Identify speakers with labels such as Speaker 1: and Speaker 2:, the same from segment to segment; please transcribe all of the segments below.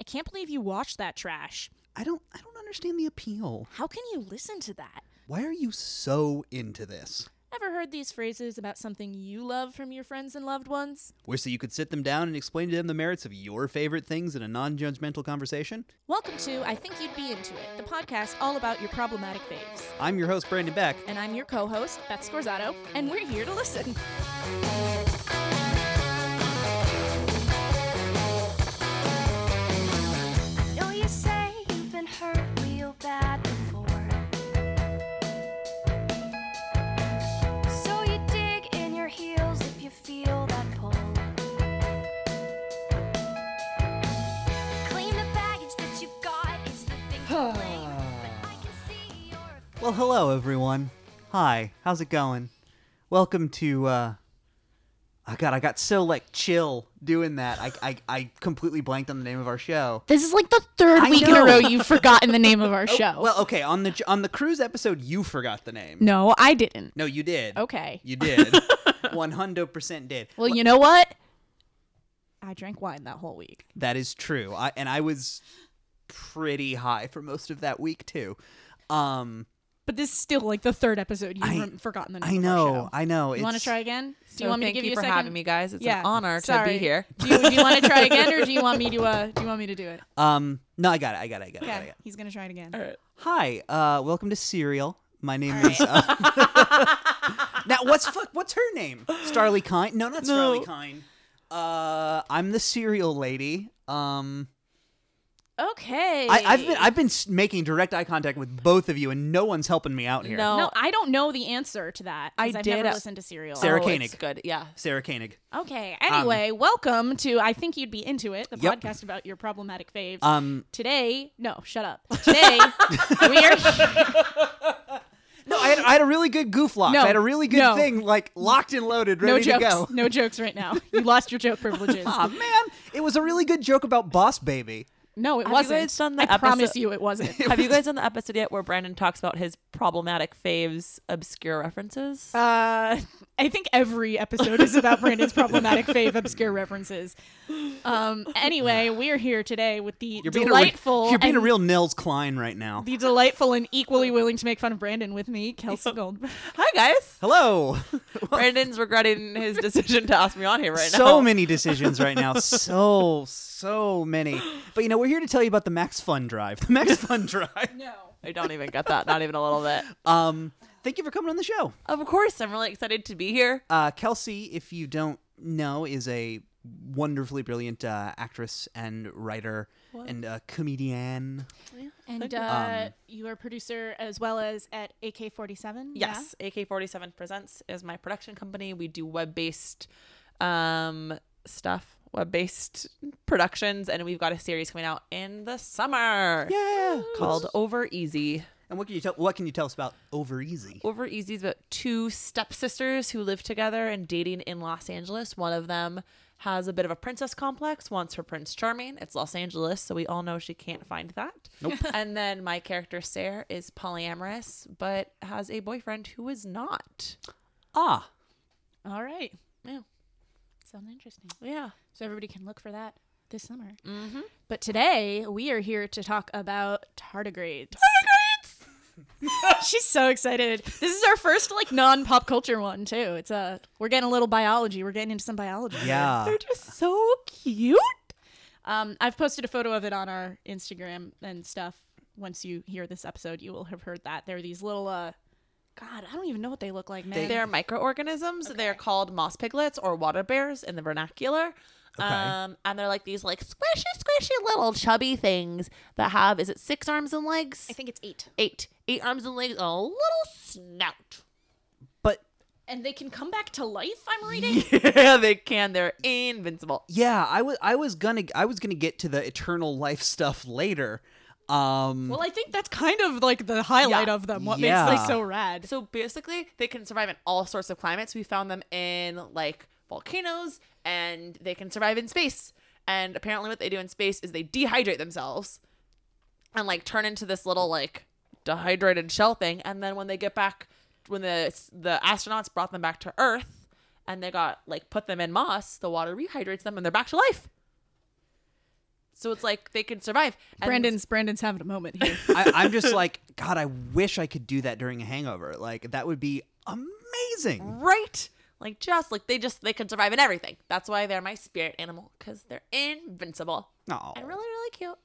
Speaker 1: I can't believe you watched that trash.
Speaker 2: I don't I don't understand the appeal.
Speaker 1: How can you listen to that?
Speaker 2: Why are you so into this?
Speaker 1: Ever heard these phrases about something you love from your friends and loved ones?
Speaker 2: Wish that you could sit them down and explain to them the merits of your favorite things in a non-judgmental conversation.
Speaker 1: Welcome to I Think You'd Be Into It, the podcast all about your problematic faves.
Speaker 2: I'm your host Brandon Beck.
Speaker 1: And I'm your co host, Beth Scorzato, and we're here to listen.
Speaker 3: Know you say you've been hurt real bad before. So you dig in your heels if you feel that pull. Claim the baggage that you got is the thing to blame. But I can see you're a
Speaker 2: Well, hello everyone. Hi. How's it going? Welcome to uh I got I got so like chill doing that. I I, I completely blanked on the name of our show.
Speaker 1: This is like the third
Speaker 2: I
Speaker 1: week in
Speaker 2: know.
Speaker 1: a row you've forgotten the name of our show.
Speaker 2: Well, okay, on the on the cruise episode you forgot the name.
Speaker 1: no, I didn't.
Speaker 2: No, you did.
Speaker 1: Okay.
Speaker 2: You did. 100% did.
Speaker 1: Well, you know what? I drank wine that whole week.
Speaker 2: That is true. I and I was pretty high for most of that week too. Um
Speaker 1: But this is still like the third episode you've
Speaker 2: I-
Speaker 1: rem- forgotten the name
Speaker 2: I
Speaker 1: of our
Speaker 2: know,
Speaker 1: show.
Speaker 2: I know.
Speaker 1: You want to
Speaker 2: it's-
Speaker 1: try again? Do you
Speaker 4: So
Speaker 1: want me to
Speaker 4: thank
Speaker 1: give
Speaker 4: you
Speaker 1: a
Speaker 4: for
Speaker 1: second?
Speaker 4: having me, guys? It's
Speaker 1: yeah.
Speaker 4: an honor
Speaker 1: Sorry.
Speaker 4: to be here.
Speaker 1: Do you, do you want to try again, or do you want me to? Uh, do you want me to do it?
Speaker 2: Um no, I got it. I got it. I got it. I got
Speaker 1: Okay,
Speaker 2: it.
Speaker 1: he's gonna try it again.
Speaker 2: Hi. Uh welcome to Serial. My name is uh, Now what's fuck what's her name? Starly Kine? No, not Starly Kine. Uh I'm the Serial lady. Um
Speaker 1: Okay.
Speaker 2: I, I've been I've been s- making direct eye contact with both of you, and no one's helping me out here.
Speaker 4: No. Oh,
Speaker 1: no, I don't know the answer to that. 'cause
Speaker 4: I
Speaker 1: I've
Speaker 4: did
Speaker 1: never
Speaker 4: a-
Speaker 1: listened to Serial.
Speaker 2: Sarah
Speaker 4: oh, it's
Speaker 2: Koenig.
Speaker 4: good. Yeah.
Speaker 2: Sarah Koenig.
Speaker 4: um,
Speaker 1: Okay. Anyway, welcome to I think you'd be into it, the
Speaker 2: Yep.
Speaker 1: podcast about your problematic faves.
Speaker 2: Um,
Speaker 1: Today, no, shut up. Today, we are
Speaker 2: no, I had, I had a really good goof lock.
Speaker 1: No.
Speaker 2: I had a really good
Speaker 1: No.
Speaker 2: thing, like locked and loaded,
Speaker 1: no
Speaker 2: ready to go.
Speaker 1: jokes. No jokes right now. You lost your joke privileges.
Speaker 4: Um,
Speaker 2: Ah, man, it was a really good joke about Boss Baby.
Speaker 1: No, it
Speaker 4: Have you
Speaker 1: wasn't.
Speaker 4: guys done the
Speaker 1: I promise
Speaker 4: episode-
Speaker 1: you, it wasn't.
Speaker 4: Have you guys done the episode yet where Brandon talks about his problematic faves, obscure references?
Speaker 1: Uh, I think every episode is about Brandon's problematic fave obscure references. Um, anyway, we're here today with the
Speaker 2: Being a,
Speaker 1: delightful,
Speaker 2: re- you're being a
Speaker 1: and-
Speaker 2: real Nels Klein right now.
Speaker 1: the delightful and equally willing to make fun of Brandon with me, Kelsey Goldberg.
Speaker 4: Hi guys.
Speaker 2: Hello.
Speaker 4: Brandon's regretting his decision to ask me on here right now.
Speaker 2: so many decisions right now. So so many. But you know, we're here to tell you about the Max Fun Drive. The Max Fun Drive.
Speaker 4: I don't even get that. Not even a little bit.
Speaker 2: Um, thank you for coming on the show.
Speaker 4: Of course, I'm really excited to be here.
Speaker 2: Uh, Kelsey, if you don't know, is a wonderfully brilliant uh, actress and writer and uh, comedian.
Speaker 1: And uh,
Speaker 2: Um,
Speaker 1: you are producer as well as at AK47.
Speaker 4: Yes, AK47 Presents is my production company. We do web-based um stuff, web-based productions and we've got a series coming out in the summer
Speaker 2: Yeah.
Speaker 4: called Over Easy.
Speaker 2: And what can you tell? What can you tell us about Over Easy?
Speaker 4: Over Easy is about two stepsisters who live together and dating in Los Angeles. One of them has a bit of a princess complex, wants her Prince Charming. It's Los Angeles, so we all know she can't find that. Nope. and then my character, Sarah, is polyamorous, but has a boyfriend who is not.
Speaker 2: Ah,
Speaker 1: Yeah. All right.
Speaker 4: Yeah.
Speaker 1: Sounds interesting.
Speaker 4: Yeah.
Speaker 1: So everybody can look for that this summer. Mm-hmm. But today we are here to talk about tardigrades. Tardigrades. She's so excited. This is our first like non pop culture one too. It's uh, we're getting a little biology. We're getting into some biology. here.
Speaker 2: yeah.
Speaker 4: just so cute.
Speaker 1: Um, I've posted a photo of it on our Instagram and stuff. Once you hear this episode, you will have heard that there are these little uh, God, I don't even know what they look like, man.
Speaker 4: They're microorganisms. They're called moss piglets or water bears in the vernacular.
Speaker 2: Okay.
Speaker 4: Um, and they're like these like squishy, squishy little chubby things that have is it six arms and legs?
Speaker 1: I think it's eight,
Speaker 4: eight, eight arms and legs, and a little snout.
Speaker 2: But
Speaker 1: and they can come back to life. I'm reading.
Speaker 4: yeah, they can. They're invincible.
Speaker 2: yeah, I was I was gonna I was gonna get to the eternal life stuff later. Um,
Speaker 1: Well, I think that's kind of like the highlight
Speaker 4: Yeah.
Speaker 1: of them. What
Speaker 2: Yeah.
Speaker 1: makes them so rad?
Speaker 4: So basically, they can survive in all sorts of climates. We found them in like volcanoes, and they can survive in space. And apparently, what they do in space is they dehydrate themselves and like turn into this little like dehydrated shell thing. And then when they get back, when the the astronauts brought them back to Earth, and they got like put them in moss, the water rehydrates them, and they're back to life. So it's like they can survive. And
Speaker 1: Brandon's Brandon's having a moment here.
Speaker 2: I, I'm just like, God, I wish I could do that during a hangover. Like, that would be amazing.
Speaker 4: right? Like just like they just they can survive in everything. That's why they're my spirit animal because they're invincible
Speaker 2: Aw.
Speaker 4: and really really cute.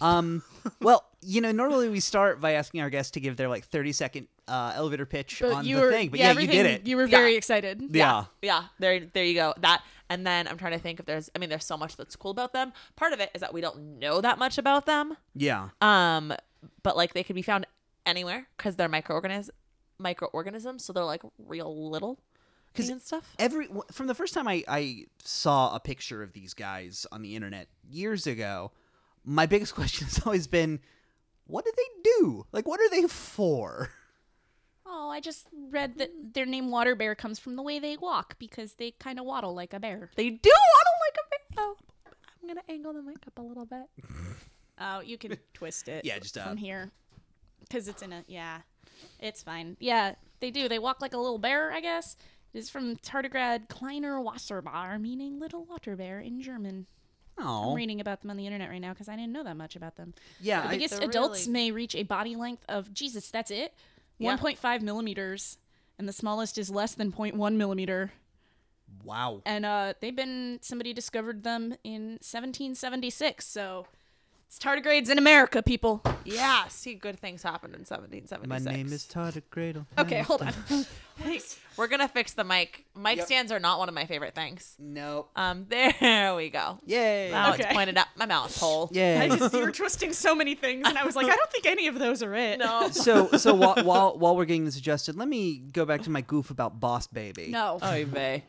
Speaker 2: Um, well, you know, normally we start by asking our guests to give their like 30 second uh, elevator pitch on the thing, but yeah, you did
Speaker 1: everything-
Speaker 2: it.
Speaker 1: You were very excited.
Speaker 2: yeah.
Speaker 4: Yeah, there there you go. That and then I'm trying to think if there's I mean there's so much that's cool about them. Part of it is that we don't know that much about them.
Speaker 2: Yeah.
Speaker 4: Um, but like they can be found anywhere because they're microorganisms, microorganisms, so they're like real little
Speaker 2: 'Cause
Speaker 4: and stuff.
Speaker 2: every w- from the first time I, I saw a picture of these guys on the internet years ago my biggest question has always been what do they do like what are they for
Speaker 1: Oh, I just read that their name Water Bear comes from the way they walk because they kind of waddle like a bear.
Speaker 4: They do waddle like a bear. Oh, I'm gonna angle the mic up a little bit.
Speaker 1: Oh, you can twist it.
Speaker 2: Yeah, just, uh,
Speaker 1: from here, because it's in a yeah, it's fine. Yeah, they do. They walk like a little bear, I guess. It's from Tardigrad Kleiner Wasserbar, meaning little water bear in German. I'm
Speaker 2: oh
Speaker 1: reading about them on the internet right now because I didn't know that much about them.
Speaker 2: yeah
Speaker 1: The
Speaker 2: I-
Speaker 1: biggest
Speaker 4: they're
Speaker 1: adults
Speaker 4: really-
Speaker 1: may reach a body length of Jesus. That's it,
Speaker 4: Yeah.
Speaker 1: 1.5 millimeters, and the smallest is less than 0.1 millimeter.
Speaker 2: wow
Speaker 1: And uh, they've been somebody discovered them in 1776. So it's tardigrades in America, people.
Speaker 4: Yeah, see, good things happened in 1776.
Speaker 2: my name is Todd Cradle.
Speaker 1: Okay, hold on.
Speaker 4: We're gonna fix the mic. Mic
Speaker 2: Yep.
Speaker 4: stands are not one of my favorite things.
Speaker 2: No.
Speaker 4: Um, there we go.
Speaker 2: Yay.
Speaker 4: Now
Speaker 1: Okay.
Speaker 4: it's pointed up my mouth hole.
Speaker 1: I
Speaker 2: Yay.
Speaker 1: just, you were twisting so many things, and I was like, I don't think any of those are it.
Speaker 4: No.
Speaker 2: so so while, while while we're getting this adjusted, let me go back to my goof about Boss Baby.
Speaker 1: No.
Speaker 4: Oy vey.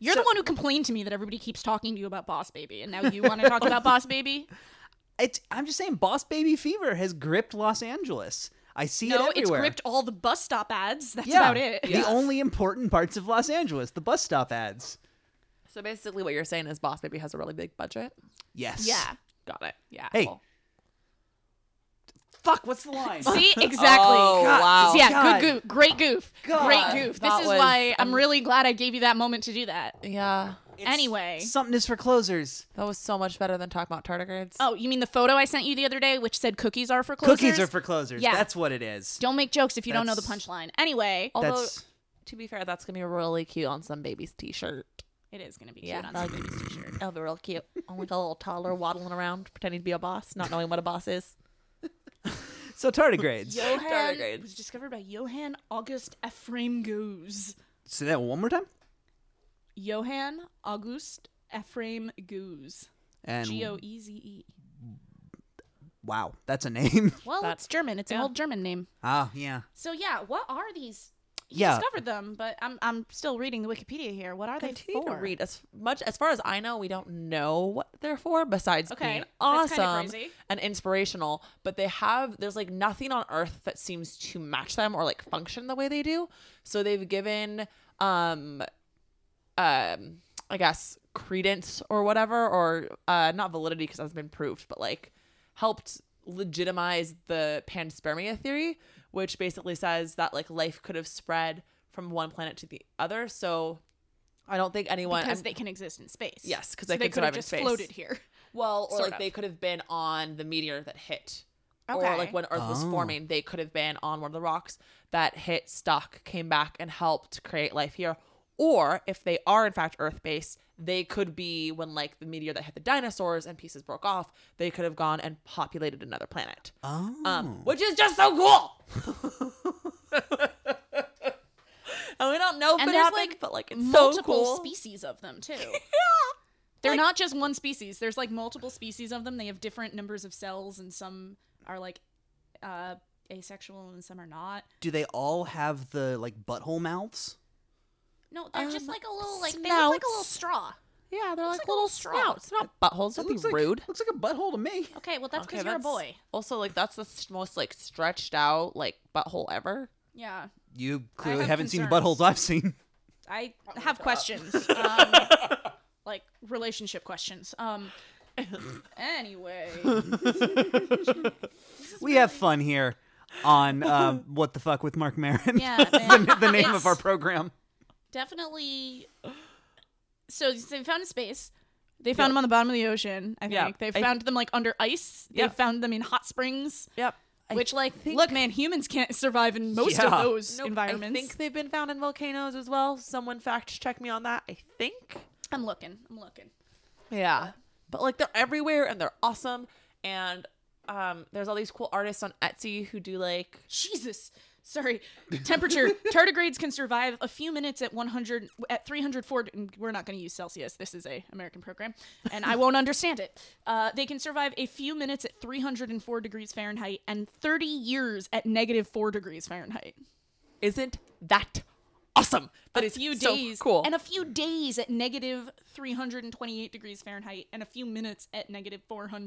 Speaker 1: You're the one who complained to me that everybody keeps talking to you about Boss Baby, and now you want to talk about Boss Baby?
Speaker 2: It's, I'm just saying, Boss Baby fever has gripped Los Angeles. I see
Speaker 1: No,
Speaker 2: it
Speaker 1: it's
Speaker 2: everywhere.
Speaker 1: gripped all the bus stop ads. That's
Speaker 2: Yeah.
Speaker 1: about it.
Speaker 2: The only important parts of Los Angeles, the bus stop ads.
Speaker 4: So basically, what you're saying is Boss Baby has a really big budget.
Speaker 2: Yes.
Speaker 1: Yeah.
Speaker 4: Got it. Yeah.
Speaker 2: Hey.
Speaker 4: cool.
Speaker 2: Fuck, what's the line?
Speaker 1: See, exactly.
Speaker 4: Oh,
Speaker 1: God.
Speaker 4: wow.
Speaker 1: Yeah,
Speaker 2: God.
Speaker 1: good goof. Great goof.
Speaker 2: God.
Speaker 1: Great goof. This
Speaker 4: That
Speaker 1: is
Speaker 4: was-
Speaker 1: why I'm
Speaker 4: um,
Speaker 1: really glad I gave you that moment to do that.
Speaker 4: Yeah.
Speaker 1: anyway.
Speaker 2: Something is for closers.
Speaker 4: That was so much better than talking about tardigrades.
Speaker 1: Oh, you mean the photo I sent you the other day, which said cookies are for closers?
Speaker 2: Cookies are for closers.
Speaker 1: Yeah.
Speaker 2: That's what it is.
Speaker 1: Don't make jokes if you don't know the
Speaker 2: That's-
Speaker 1: punchline. Anyway,
Speaker 4: Although,
Speaker 2: That's
Speaker 4: to be fair, that's gonna be really cute on some baby's t-shirt.
Speaker 1: it is gonna be cute
Speaker 4: Yeah,
Speaker 1: on
Speaker 4: that'll
Speaker 1: some baby's t-shirt.
Speaker 4: That'll be real cute. I'm like a little toddler waddling around, pretending to be a boss, not knowing what a boss is.
Speaker 2: so tardigrades.
Speaker 1: Johann
Speaker 4: Tardigrades.
Speaker 1: was discovered by Johann August Ephraim Goose.
Speaker 2: Say that one more time.
Speaker 1: Johann August Ephraim Goose.
Speaker 2: And
Speaker 1: G O E Z E.
Speaker 2: wow, that's a name.
Speaker 1: Well,
Speaker 4: That-
Speaker 1: it's German. It's an
Speaker 4: yeah.
Speaker 1: old German name.
Speaker 2: Ah, yeah.
Speaker 1: So yeah, what are these? You
Speaker 2: Yeah.
Speaker 1: discovered them, but I'm I'm still reading the Wikipedia here. What are
Speaker 4: Continue
Speaker 1: they for?
Speaker 4: to read as much as far as I know. We don't know what they're for besides
Speaker 1: Okay,
Speaker 4: being
Speaker 1: that's
Speaker 4: awesome
Speaker 1: kinda crazy.
Speaker 4: and inspirational. But they have there's like nothing on Earth that seems to match them or like function the way they do. So they've given um um I guess credence or whatever or uh not validity because that's been proved, but like helped legitimize the panspermia theory, which basically says that like life could have spread from one planet to the other. So I don't think anyone
Speaker 1: because
Speaker 4: I'm-
Speaker 1: they can exist in space.
Speaker 4: Yes, 'cause
Speaker 1: So
Speaker 4: they
Speaker 1: they
Speaker 4: can
Speaker 1: could have
Speaker 4: survive in
Speaker 1: just
Speaker 4: space.
Speaker 1: floated here.
Speaker 4: well or
Speaker 1: sort
Speaker 4: like
Speaker 1: of.
Speaker 4: they could have been on the meteor that hit. Or
Speaker 1: Okay.
Speaker 4: like when Earth was
Speaker 2: Oh.
Speaker 4: forming, they could have been on one of the rocks that hit, stuck, came back, and helped create life here. Or if they are in fact Earth based, they could be when like the meteor that hit the dinosaurs and pieces broke off, they could have gone and populated another planet.
Speaker 2: Oh.
Speaker 4: Um, which is just so cool. and we don't know if
Speaker 1: And
Speaker 4: it
Speaker 1: there's,
Speaker 4: happened,
Speaker 1: like,
Speaker 4: but like it's so
Speaker 1: multiple
Speaker 4: cool.
Speaker 1: species of them too. They're not just one species. There's like multiple species of them. They have different numbers of cells, and some are like uh, asexual, and some are not.
Speaker 2: Do they all have the like butthole mouths?
Speaker 1: No, they're just
Speaker 4: Um,
Speaker 1: like a little like they look like a little
Speaker 4: snouts.
Speaker 1: straw.
Speaker 4: Yeah, they're like,
Speaker 1: like a
Speaker 4: little
Speaker 1: little straw.
Speaker 4: snouts, not buttholes. Don't be
Speaker 2: looks like,
Speaker 4: rude.
Speaker 2: Looks like a butthole to me.
Speaker 1: Okay, well that's
Speaker 4: Okay,
Speaker 1: because you're a
Speaker 4: that's-
Speaker 1: boy.
Speaker 4: Also, like that's the s- most like stretched out like butthole ever.
Speaker 1: Yeah,
Speaker 2: You clearly
Speaker 1: have
Speaker 2: haven't seen the
Speaker 1: concerns.
Speaker 2: buttholes I've seen.
Speaker 1: I have questions, um, like relationship questions. Um, anyway,
Speaker 2: We have fun here on uh, What the Fuck with Mark Marin.
Speaker 1: yeah, man.
Speaker 2: the, the name
Speaker 1: It's-
Speaker 2: of our program.
Speaker 1: definitely so, so they found a space They found them on the bottom of the ocean. I think
Speaker 4: Yeah.
Speaker 1: they
Speaker 4: I-
Speaker 1: found them like under ice. They
Speaker 4: Yeah.
Speaker 1: found them in hot springs.
Speaker 4: Yep. I
Speaker 1: Which, like,
Speaker 4: think-
Speaker 1: look, man, humans can't survive in most of
Speaker 2: Yeah.
Speaker 1: those
Speaker 4: Nope,
Speaker 1: environments.
Speaker 4: I think they've been found in volcanoes as well. Someone fact check me on that. I think.
Speaker 1: I'm looking. I'm looking.
Speaker 4: Yeah. But like they're everywhere and they're awesome and um there's all these cool artists on Etsy who do like
Speaker 1: Jesus. Sorry. Temperature. Tardigrades can survive a few minutes at 100 at 304 and we're not going to use Celsius. This is a American program and I won't understand it. Uh, they can survive a few minutes at 304 degrees Fahrenheit and 30 years at negative 4 degrees Fahrenheit.
Speaker 4: isn't that awesome? That
Speaker 1: a
Speaker 4: is
Speaker 1: few
Speaker 4: so
Speaker 1: days
Speaker 4: cool.
Speaker 1: and a few days at negative 328 degrees Fahrenheit and a few minutes at negative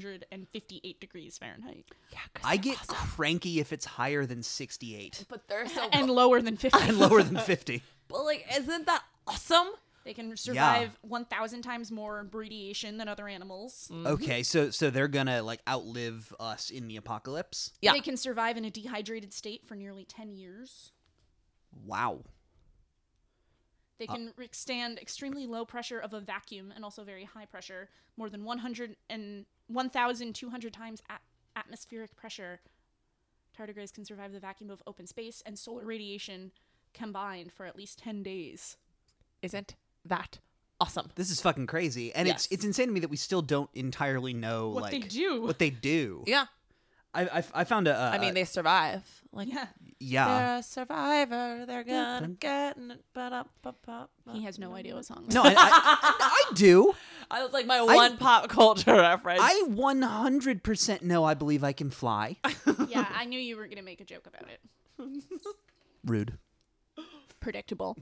Speaker 1: 458 degrees Fahrenheit
Speaker 4: yeah, 'cause
Speaker 2: I
Speaker 4: they're
Speaker 2: get
Speaker 4: awesome.
Speaker 2: cranky if it's higher than 68
Speaker 4: but they're so
Speaker 1: and lower than 50
Speaker 2: and lower than 50.
Speaker 4: but like isn't that awesome?
Speaker 1: They can survive 1,000 times more radiation than other animals.
Speaker 2: Okay, so so they're gonna like outlive us in the apocalypse.
Speaker 4: Yeah.
Speaker 1: They can survive in a dehydrated state for nearly 10 years.
Speaker 2: Wow.
Speaker 1: They can withstand extremely low pressure of a vacuum and also very high pressure, more than 100 and 1,200 times at- atmospheric pressure. Tardigrades can survive the vacuum of open space and solar radiation combined for at least 10 days.
Speaker 4: Isn't that awesome?
Speaker 2: This is fucking crazy, and
Speaker 4: Yes.
Speaker 2: it's it's insane to me that we still don't entirely know
Speaker 1: What
Speaker 2: like
Speaker 1: they do.
Speaker 2: What they do.
Speaker 4: Yeah.
Speaker 2: I, I, I found a. a
Speaker 4: I mean they survive. Like
Speaker 1: Yeah.
Speaker 2: yeah.
Speaker 4: they're a survivor. They're gonna
Speaker 2: dun.
Speaker 4: get it. But up, up, up.
Speaker 1: He has no idea what song.
Speaker 2: No, I, I, I do.
Speaker 4: I was like my one pop culture reference.
Speaker 2: I 100% know I believe I can fly.
Speaker 1: yeah, I knew you were going to make a joke about it.
Speaker 2: Rude.
Speaker 1: Predictable.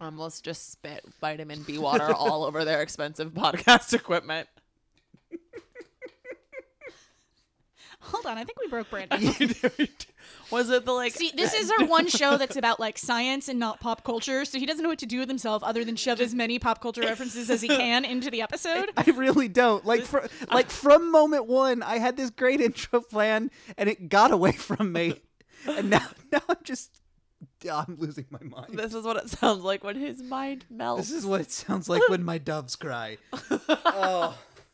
Speaker 4: almost just spit vitamin B water all over their expensive podcast equipment.
Speaker 1: Hold on, I think we broke Brandon.
Speaker 4: Was it the like?
Speaker 1: See, this is our one show that's about like science and not pop culture, so he doesn't know what to do with himself other than shove as many pop culture references as he can into the episode.
Speaker 2: I really don't. Like fr- like from moment 1, I had this great intro plan and it got away from me. And now now I'm just I'm losing my mind.
Speaker 4: this is what it sounds like when his mind melts.
Speaker 2: This is what it sounds like when my doves cry.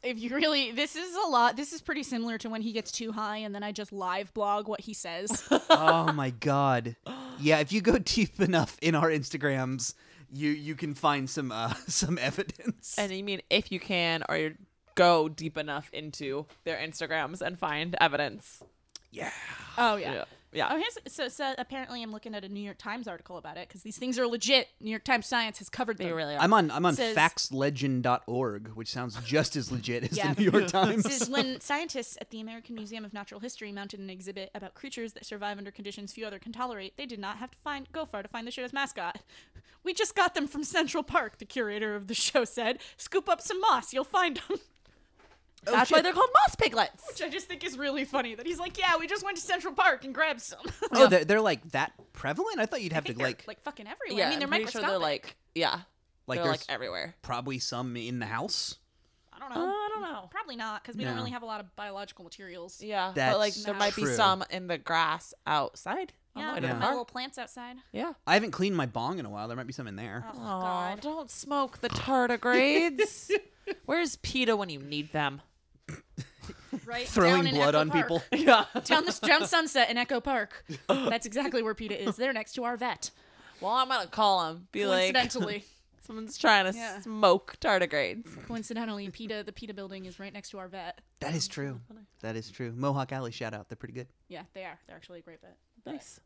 Speaker 1: If you really, this is a lot. This is pretty similar to when he gets too high and then I just live blog what he says.
Speaker 2: oh my god. Yeah, if you go deep enough in our Instagrams, you you can find some uh, some evidence.
Speaker 4: and you mean if you can, or you go deep enough into their Instagrams and find evidence.
Speaker 2: yeah.
Speaker 1: Oh yeah.
Speaker 4: yeah.
Speaker 1: Oh, here's so, so apparently I'm looking at a New York Times article about it because these things are legit. New York Times Science has covered them.
Speaker 4: They really are.
Speaker 2: I'm on I'm on
Speaker 1: Says-
Speaker 2: factslegend.org, which sounds just as legit as
Speaker 1: Yeah.
Speaker 2: the New York Times.
Speaker 1: This is when scientists at the American Museum of Natural History mounted an exhibit about creatures that survive under conditions few other can tolerate. They did not have to find go far to find the show's mascot. We just got them from Central Park, the curator of the show said. Scoop up some moss, you'll find them.
Speaker 2: Oh,
Speaker 4: That's why they're called moss piglets.
Speaker 1: Which I just think is really funny that he's like, yeah, we just went to Central Park and grabbed some. I
Speaker 2: Oh, they're, they're like that prevalent? I thought you'd have to
Speaker 1: think they're,
Speaker 2: like
Speaker 1: like, fucking everywhere.
Speaker 4: Yeah,
Speaker 1: I mean, they're
Speaker 4: I'm pretty sure
Speaker 1: microscopic.
Speaker 4: they're like yeah,
Speaker 2: Like
Speaker 4: they're like
Speaker 2: there's-
Speaker 4: everywhere.
Speaker 2: probably some in the house.
Speaker 1: I don't know.
Speaker 4: I don't know.
Speaker 1: Probably not because we don't
Speaker 2: No.
Speaker 1: really have a lot of biological materials.
Speaker 4: "Uh." Yeah,
Speaker 2: That's
Speaker 4: but like there might be
Speaker 2: true.
Speaker 4: some in the grass outside.
Speaker 1: Yeah,
Speaker 4: Oh,
Speaker 1: I
Speaker 4: I
Speaker 1: got
Speaker 4: didn't
Speaker 1: my
Speaker 4: know.
Speaker 1: little plants outside.
Speaker 4: yeah.
Speaker 2: I haven't cleaned my bong in a while. There might be some in there.
Speaker 1: Oh,
Speaker 4: Aw,
Speaker 1: God.
Speaker 4: don't smoke the tardigrades. Where's PETA when you need them?
Speaker 1: Right down
Speaker 2: Throwing
Speaker 1: in
Speaker 2: blood
Speaker 1: Echo
Speaker 2: on
Speaker 1: Park.
Speaker 2: people.
Speaker 4: Yeah.
Speaker 1: down the down Sunset in Echo Park. That's exactly where PETA is. They're next to our vet.
Speaker 4: Well, I'm gonna call him. Be like,
Speaker 1: Coincidentally,
Speaker 4: someone's trying to
Speaker 1: Yeah.
Speaker 4: smoke tardigrades.
Speaker 1: coincidentally, PETA the PETA building is right next to our vet.
Speaker 2: That is true. That is true. Mohawk Alley shout out. They're pretty good.
Speaker 1: Yeah, they are. They're actually a great vet.
Speaker 4: Nice.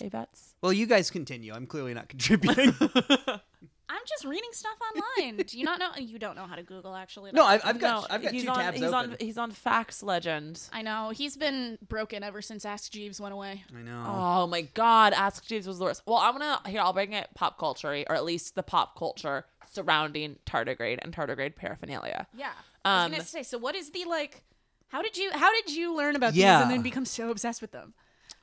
Speaker 4: Yay, vets.
Speaker 2: Well, you guys continue. I'm clearly not contributing.
Speaker 1: I'm just reading stuff online. Do you not know? You don't know how to Google actually.
Speaker 2: no, I, I've got
Speaker 4: No,
Speaker 2: I've got
Speaker 4: he's
Speaker 2: two
Speaker 4: on,
Speaker 2: tabs
Speaker 4: he's
Speaker 2: open.
Speaker 4: on he's on Facts Legend.
Speaker 1: I know he's been broken ever since Ask Jeeves went away.
Speaker 2: I know.
Speaker 4: Oh my God, Ask Jeeves was the worst. Well, I'm gonna here I'll bring it pop culture, or at least the pop culture surrounding tardigrade and tardigrade paraphernalia.
Speaker 1: Yeah, I was
Speaker 4: Um,
Speaker 1: gonna say. So what is the like? How did you how did you learn about these
Speaker 2: Yeah.
Speaker 1: and then become so obsessed with them?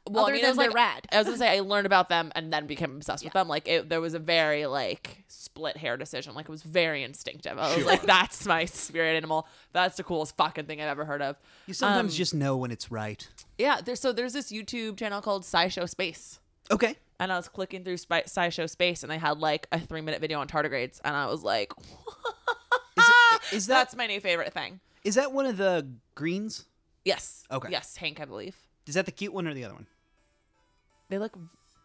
Speaker 4: well,
Speaker 1: other
Speaker 4: I mean,
Speaker 1: than
Speaker 4: it was like,
Speaker 1: they're rad.
Speaker 4: I was gonna say I learned about them and then became obsessed with them. Like it, there was a very like split hair decision. Like it was very instinctive. I was like, that's my spirit animal. That's the coolest fucking thing I've ever heard of.
Speaker 2: You sometimes just know when it's right.
Speaker 4: Yeah. There's so there's this YouTube channel called SciShow Space,
Speaker 2: Okay.
Speaker 4: and I was clicking through Spy- SciShow Space, and they had like a three minute video on tardigrades, and I was like,
Speaker 2: Is, is that
Speaker 4: "That's my new favorite thing."
Speaker 2: is that one of the greens?
Speaker 4: Yes.
Speaker 2: Okay.
Speaker 4: Yes, Hank, I believe
Speaker 2: Is that the cute one or the other one?
Speaker 4: they look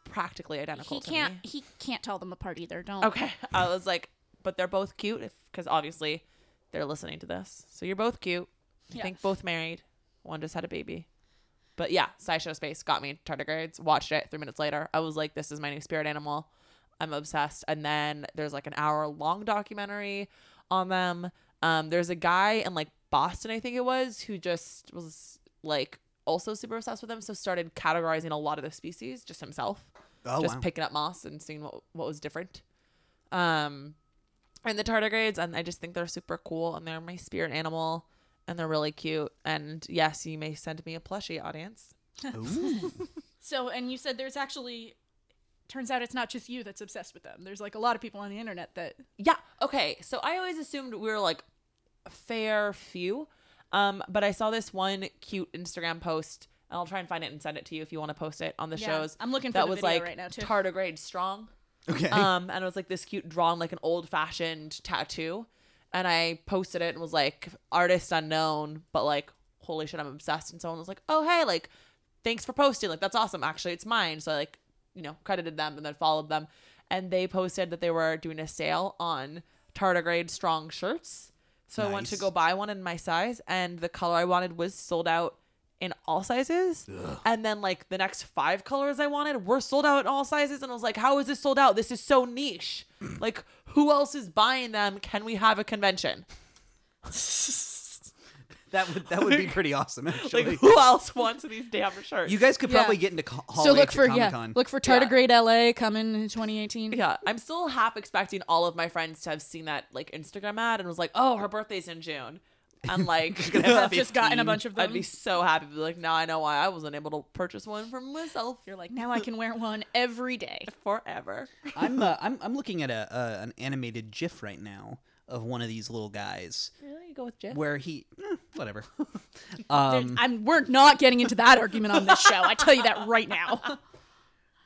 Speaker 4: practically identical.
Speaker 1: He
Speaker 4: to
Speaker 1: can't.
Speaker 4: me.
Speaker 1: He can't tell them apart either. Don't.
Speaker 4: Okay. I was like, but they're both cute because obviously they're listening to this. So you're both cute. I
Speaker 1: Yeah.
Speaker 4: think both married. One just had a baby. But yeah, SciShow Space got me tardigrades. Watched it three minutes later. I was like, this is my new spirit animal. I'm obsessed. And then there's like an hour long documentary on them. Um, there's a guy in like Boston, I think it was, who just was like also super obsessed with them. So started categorizing a lot of the species just himself
Speaker 2: Oh
Speaker 4: just
Speaker 2: wow.
Speaker 4: picking up moss and seeing what what was different. Um, and the tardigrades, and I just think they're super cool, and they're my spirit animal, and they're really cute. And yes, you may send me a plushie, audience.
Speaker 2: Ooh.
Speaker 1: So, and you said there's actually. Turns out it's not just you that's obsessed with them. There's like a lot of people on the internet that.
Speaker 4: Yeah. Okay. So I always assumed we were like a fair few, um, but I saw this one cute Instagram post. and I'll try and find it and send it to you if you want to post it on the
Speaker 1: Yeah,
Speaker 4: shows.
Speaker 1: I'm looking for
Speaker 4: that
Speaker 1: the
Speaker 4: was
Speaker 1: video
Speaker 4: like
Speaker 1: right now, too.
Speaker 4: tardigrade strong.
Speaker 2: Okay.
Speaker 4: Um, and it was like this cute drawn, like an old fashioned tattoo. And I posted it and was like, artist unknown, but like, holy shit, I'm obsessed. And someone was like, oh, hey, like, thanks for posting. Like, that's awesome. Actually, it's mine. So I like, you know, credited them and then followed them. And they posted that they were doing a sale on tardigrade strong shirts. So I went to
Speaker 2: Nice.
Speaker 4: go buy one in my size, and the color I wanted was sold out in all sizes. And then like the next five colors I wanted were sold out in all sizes. And I was like, how is this sold out? This is so niche. like, who else is buying them? Can we have a convention?
Speaker 2: that would that would be pretty awesome actually.
Speaker 4: Like, who else wants these damn shirts?
Speaker 2: you guys could
Speaker 1: Yeah.
Speaker 2: probably get into co- Hall
Speaker 1: so look
Speaker 2: H
Speaker 1: for
Speaker 2: at Comic
Speaker 1: yeah.
Speaker 2: Con.
Speaker 1: Look for
Speaker 4: Yeah.
Speaker 1: Tardigrade LA coming in 2018.
Speaker 4: yeah, I'm still half expecting all of my friends to have seen that like Instagram ad and was like, oh, her birthday's in June. And like,
Speaker 1: I've just gotten a bunch of them.
Speaker 4: I'd be so happy. Be like, now I know why I wasn't able to purchase one for myself
Speaker 1: You're like, now I can wear one every day.
Speaker 4: forever.
Speaker 2: I'm, uh, I'm I'm looking at a, a an animated GIF right now of one of these little guys
Speaker 4: Really, you go with Jim?
Speaker 2: where he eh, whatever. um,
Speaker 1: I'm, we're not getting into that argument on this show. I tell you that right now.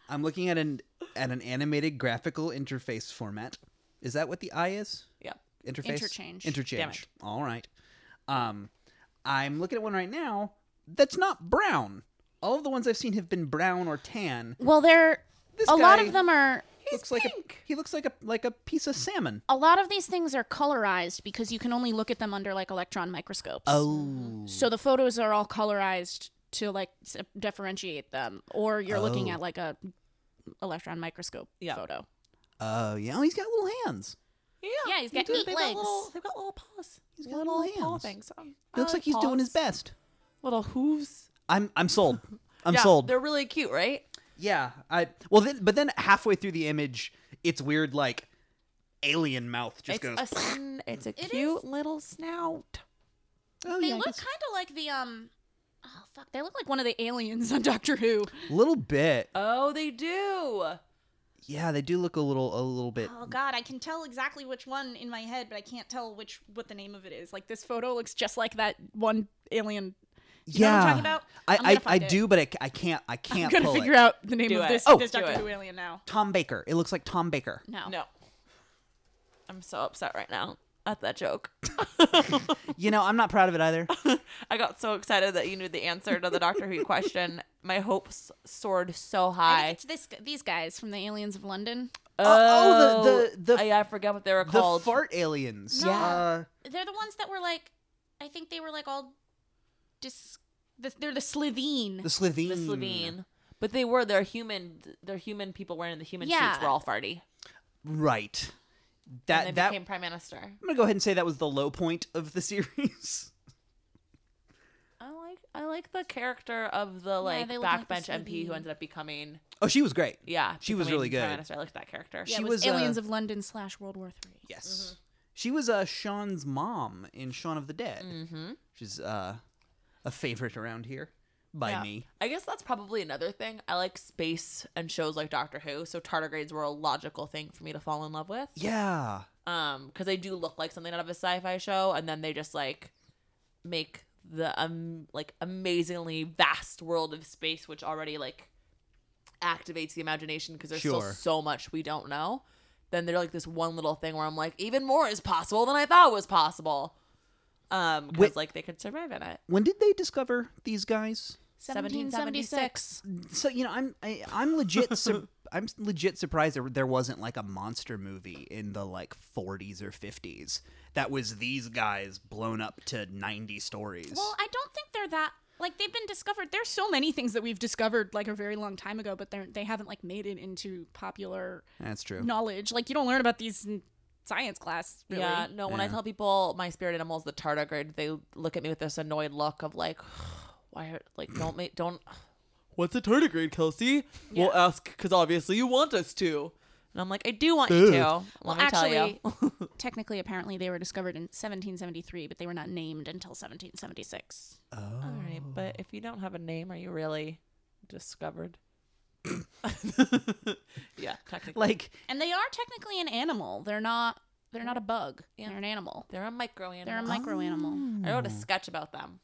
Speaker 2: I'm looking at an at an animated graphical interface format. Is that what the I is?
Speaker 4: Yeah.
Speaker 2: Interface.
Speaker 1: Interchange.
Speaker 2: Interchange.
Speaker 4: Damn it.
Speaker 2: All right. Um, I'm looking at one right now that's not brown. All of the ones I've seen have been brown or tan.
Speaker 1: Well, they're
Speaker 2: This
Speaker 1: a lot
Speaker 2: guy-
Speaker 1: of them are.
Speaker 2: looks like a, he looks like a like a piece of salmon.
Speaker 1: A lot of these things are colorized because you can only look at them under like electron microscopes.
Speaker 2: Oh.
Speaker 1: So the photos are all colorized to like s- differentiate them, or you're looking
Speaker 2: Oh.
Speaker 1: at like a electron microscope
Speaker 4: Yeah.
Speaker 1: photo.
Speaker 2: Oh yeah. Oh, he's got little hands.
Speaker 4: Yeah,
Speaker 1: Yeah, he's got
Speaker 4: They do-
Speaker 1: eight
Speaker 4: they've
Speaker 1: legs.
Speaker 4: Got little, they've got little paws.
Speaker 2: He's got little
Speaker 4: paw
Speaker 2: hands.
Speaker 4: things. Um,
Speaker 2: He
Speaker 4: I
Speaker 2: looks like he's doing his
Speaker 4: paws.
Speaker 2: best.
Speaker 4: Little hooves.
Speaker 2: I'm I'm sold. I'm
Speaker 4: yeah,
Speaker 2: sold.
Speaker 4: They're really cute, right?
Speaker 2: Yeah, I well, then, but then halfway through the image, it's weird, like alien mouth just
Speaker 4: It's
Speaker 2: goes.
Speaker 4: a, sn- it's a
Speaker 1: It
Speaker 4: cute
Speaker 1: is.
Speaker 4: little snout.
Speaker 2: oh
Speaker 1: They
Speaker 2: yeah, I
Speaker 1: look kind
Speaker 2: guess-
Speaker 1: of like the um. Oh fuck! They look like one of the aliens on Doctor Who.
Speaker 2: little bit.
Speaker 4: Oh, they do.
Speaker 2: Yeah, they do look a little, a little bit.
Speaker 1: Oh god, I can tell exactly which one in my head, but I can't tell which what the name of it is. Like this photo looks just like that one alien. You know
Speaker 2: yeah,
Speaker 1: what I'm talking about? I'm
Speaker 2: I,
Speaker 1: gonna
Speaker 2: I, I
Speaker 1: find it.
Speaker 2: do, but I, I can't, I can't.
Speaker 1: I'm gonna
Speaker 2: pull
Speaker 1: figure
Speaker 2: it.
Speaker 1: out the name
Speaker 4: Do
Speaker 1: of
Speaker 4: it.
Speaker 1: this
Speaker 4: Oh,
Speaker 1: this
Speaker 4: do
Speaker 1: Doctor
Speaker 4: it.
Speaker 1: Who alien now.
Speaker 2: Tom Baker. It looks like Tom Baker.
Speaker 1: No.
Speaker 4: No. I'm so upset right now at that joke.
Speaker 2: You know, I'm not proud of it either.
Speaker 4: I got so excited that you knew the answer to the Doctor Who question. My hopes soared so
Speaker 1: I
Speaker 4: high.
Speaker 1: think it's this these guys from the aliens of London.
Speaker 4: uh,
Speaker 2: oh, the- the- the-
Speaker 4: I, I forgot what they were
Speaker 2: the
Speaker 4: called.
Speaker 2: fart aliens.
Speaker 1: No.
Speaker 2: Uh,
Speaker 1: They're the ones that were like I think they were like all dis the, they're the Slitheen.
Speaker 2: the Slovene.
Speaker 4: the Slovene. But they were they're human. They're human people wearing the human
Speaker 1: Yeah.
Speaker 4: suits were all farty.
Speaker 2: Right.
Speaker 4: And they
Speaker 2: That that.
Speaker 4: became prime minister.
Speaker 2: I'm gonna go ahead and say that was the low point of the series.
Speaker 4: I like I like the character of the like
Speaker 1: they look like the
Speaker 4: backbench MP who
Speaker 1: Slovene.
Speaker 4: ended up becoming
Speaker 2: oh, she was great.
Speaker 4: yeah
Speaker 2: She was
Speaker 4: becoming
Speaker 2: really
Speaker 4: prime
Speaker 2: good.
Speaker 4: Minister. I liked that character.
Speaker 1: yeah,
Speaker 2: she
Speaker 1: it was,
Speaker 2: was, uh,
Speaker 1: aliens of London slash World War Three.
Speaker 2: Yes. She was uh, Sean's mom in Shaun of the Dead, mm-hmm. which is uh, a favorite around here by
Speaker 4: Yeah.
Speaker 2: me.
Speaker 4: I guess that's probably another thing. I like space and shows like Doctor Who, so tardigrades were a logical thing for me to fall in love with.
Speaker 2: Yeah.
Speaker 4: Um, because they do look like something out of a sci-fi show, and then they just like make the um like amazingly vast world of space, which already like activates the imagination because there's still
Speaker 2: Sure.
Speaker 4: so much we don't know. Then they're like this one little thing where I'm like, even more is possible than I thought was possible. Um, because
Speaker 2: Wait.
Speaker 4: like they could survive in it.
Speaker 2: When did they discover these guys?
Speaker 1: 1776.
Speaker 2: So you know, I'm I, I'm legit. Sur- I'm legit surprised there, there wasn't like a monster movie in the like 40s or 50s that was these guys blown up to 90 stories.
Speaker 1: Well, I don't think they're that like they've been discovered. There's so many things that we've discovered like a very long time ago, but they're they haven't like made it into popular
Speaker 2: That's true.
Speaker 1: knowledge. Like you don't learn about these in science class. Really.
Speaker 4: Yeah, no. When I
Speaker 2: Yeah.
Speaker 4: tell people my spirit animal is the tardigrade, they look at me with this annoyed look of like, why? Are, like, don't make, don't. What's a tardigrade, Kelsey? We'll ask because obviously you want us to. And I'm like, I do want you to. Let me tell you.
Speaker 1: Actually, technically, apparently, they were discovered in 1773, but they were not named until 1776.
Speaker 4: All right, but if you don't have a name, are you really discovered? yeah, technically.
Speaker 2: Like
Speaker 1: And they are technically an animal. They're not. They're not a bug.
Speaker 4: Yeah.
Speaker 1: They're an animal.
Speaker 4: They're a micro animal.
Speaker 1: They're a micro animal.
Speaker 4: I wrote a sketch about them.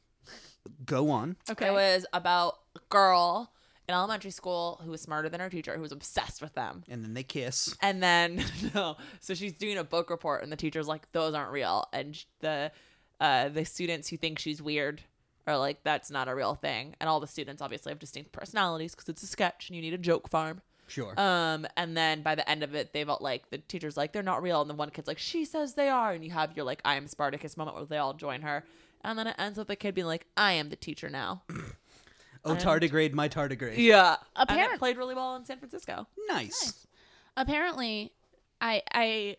Speaker 2: go on.
Speaker 1: Ah. Okay.
Speaker 4: It was about a girl in elementary school who was smarter than her teacher, who was obsessed with them.
Speaker 2: And then they kiss.
Speaker 4: And then no, so she's doing a book report, and the teacher's like, "Those aren't real." And sh- the uh, the students who think she's weird are like, "That's not a real thing." And all the students obviously have distinct personalities because it's a sketch, and you need a joke farm.
Speaker 2: Sure.
Speaker 4: Um, and then by the end of it, they've all like the teacher's like, "They're not real," and the one kid's like, "She says they are," and you have your like, "I am Spartacus" moment where they all join her, and then it ends with the kid being like, "I am the teacher now."
Speaker 2: oh, tardigrade, my tardigrade.
Speaker 4: Yeah, and
Speaker 1: Apparent-
Speaker 4: it played really well in San Francisco.
Speaker 2: Nice.
Speaker 1: Apparently, I I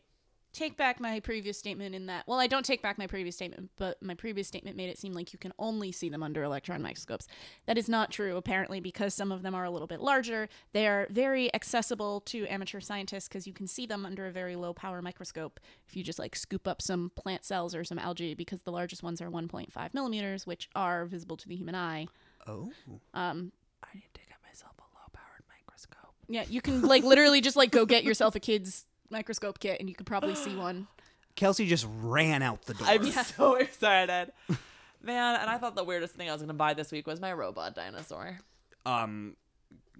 Speaker 1: take back my previous statement in that. Well, I don't take back my previous statement, but my previous statement made it seem like you can only see them under electron microscopes. That is not true. Apparently, because some of them are a little bit larger, they are very accessible to amateur scientists because you can see them under a very low power microscope if you just like scoop up some plant cells or some algae. Because the largest ones are 1.5 millimeters, which are visible to the human eye.
Speaker 2: Oh.
Speaker 1: Um,
Speaker 4: I need to get myself a low-powered microscope.
Speaker 1: Yeah, you can like literally just like go get yourself a kid's microscope kit and you could probably see one.
Speaker 2: Kelsey just ran out the door.
Speaker 4: I'm so excited, man! And I thought the weirdest thing I was gonna buy this week was my robot dinosaur.
Speaker 2: um,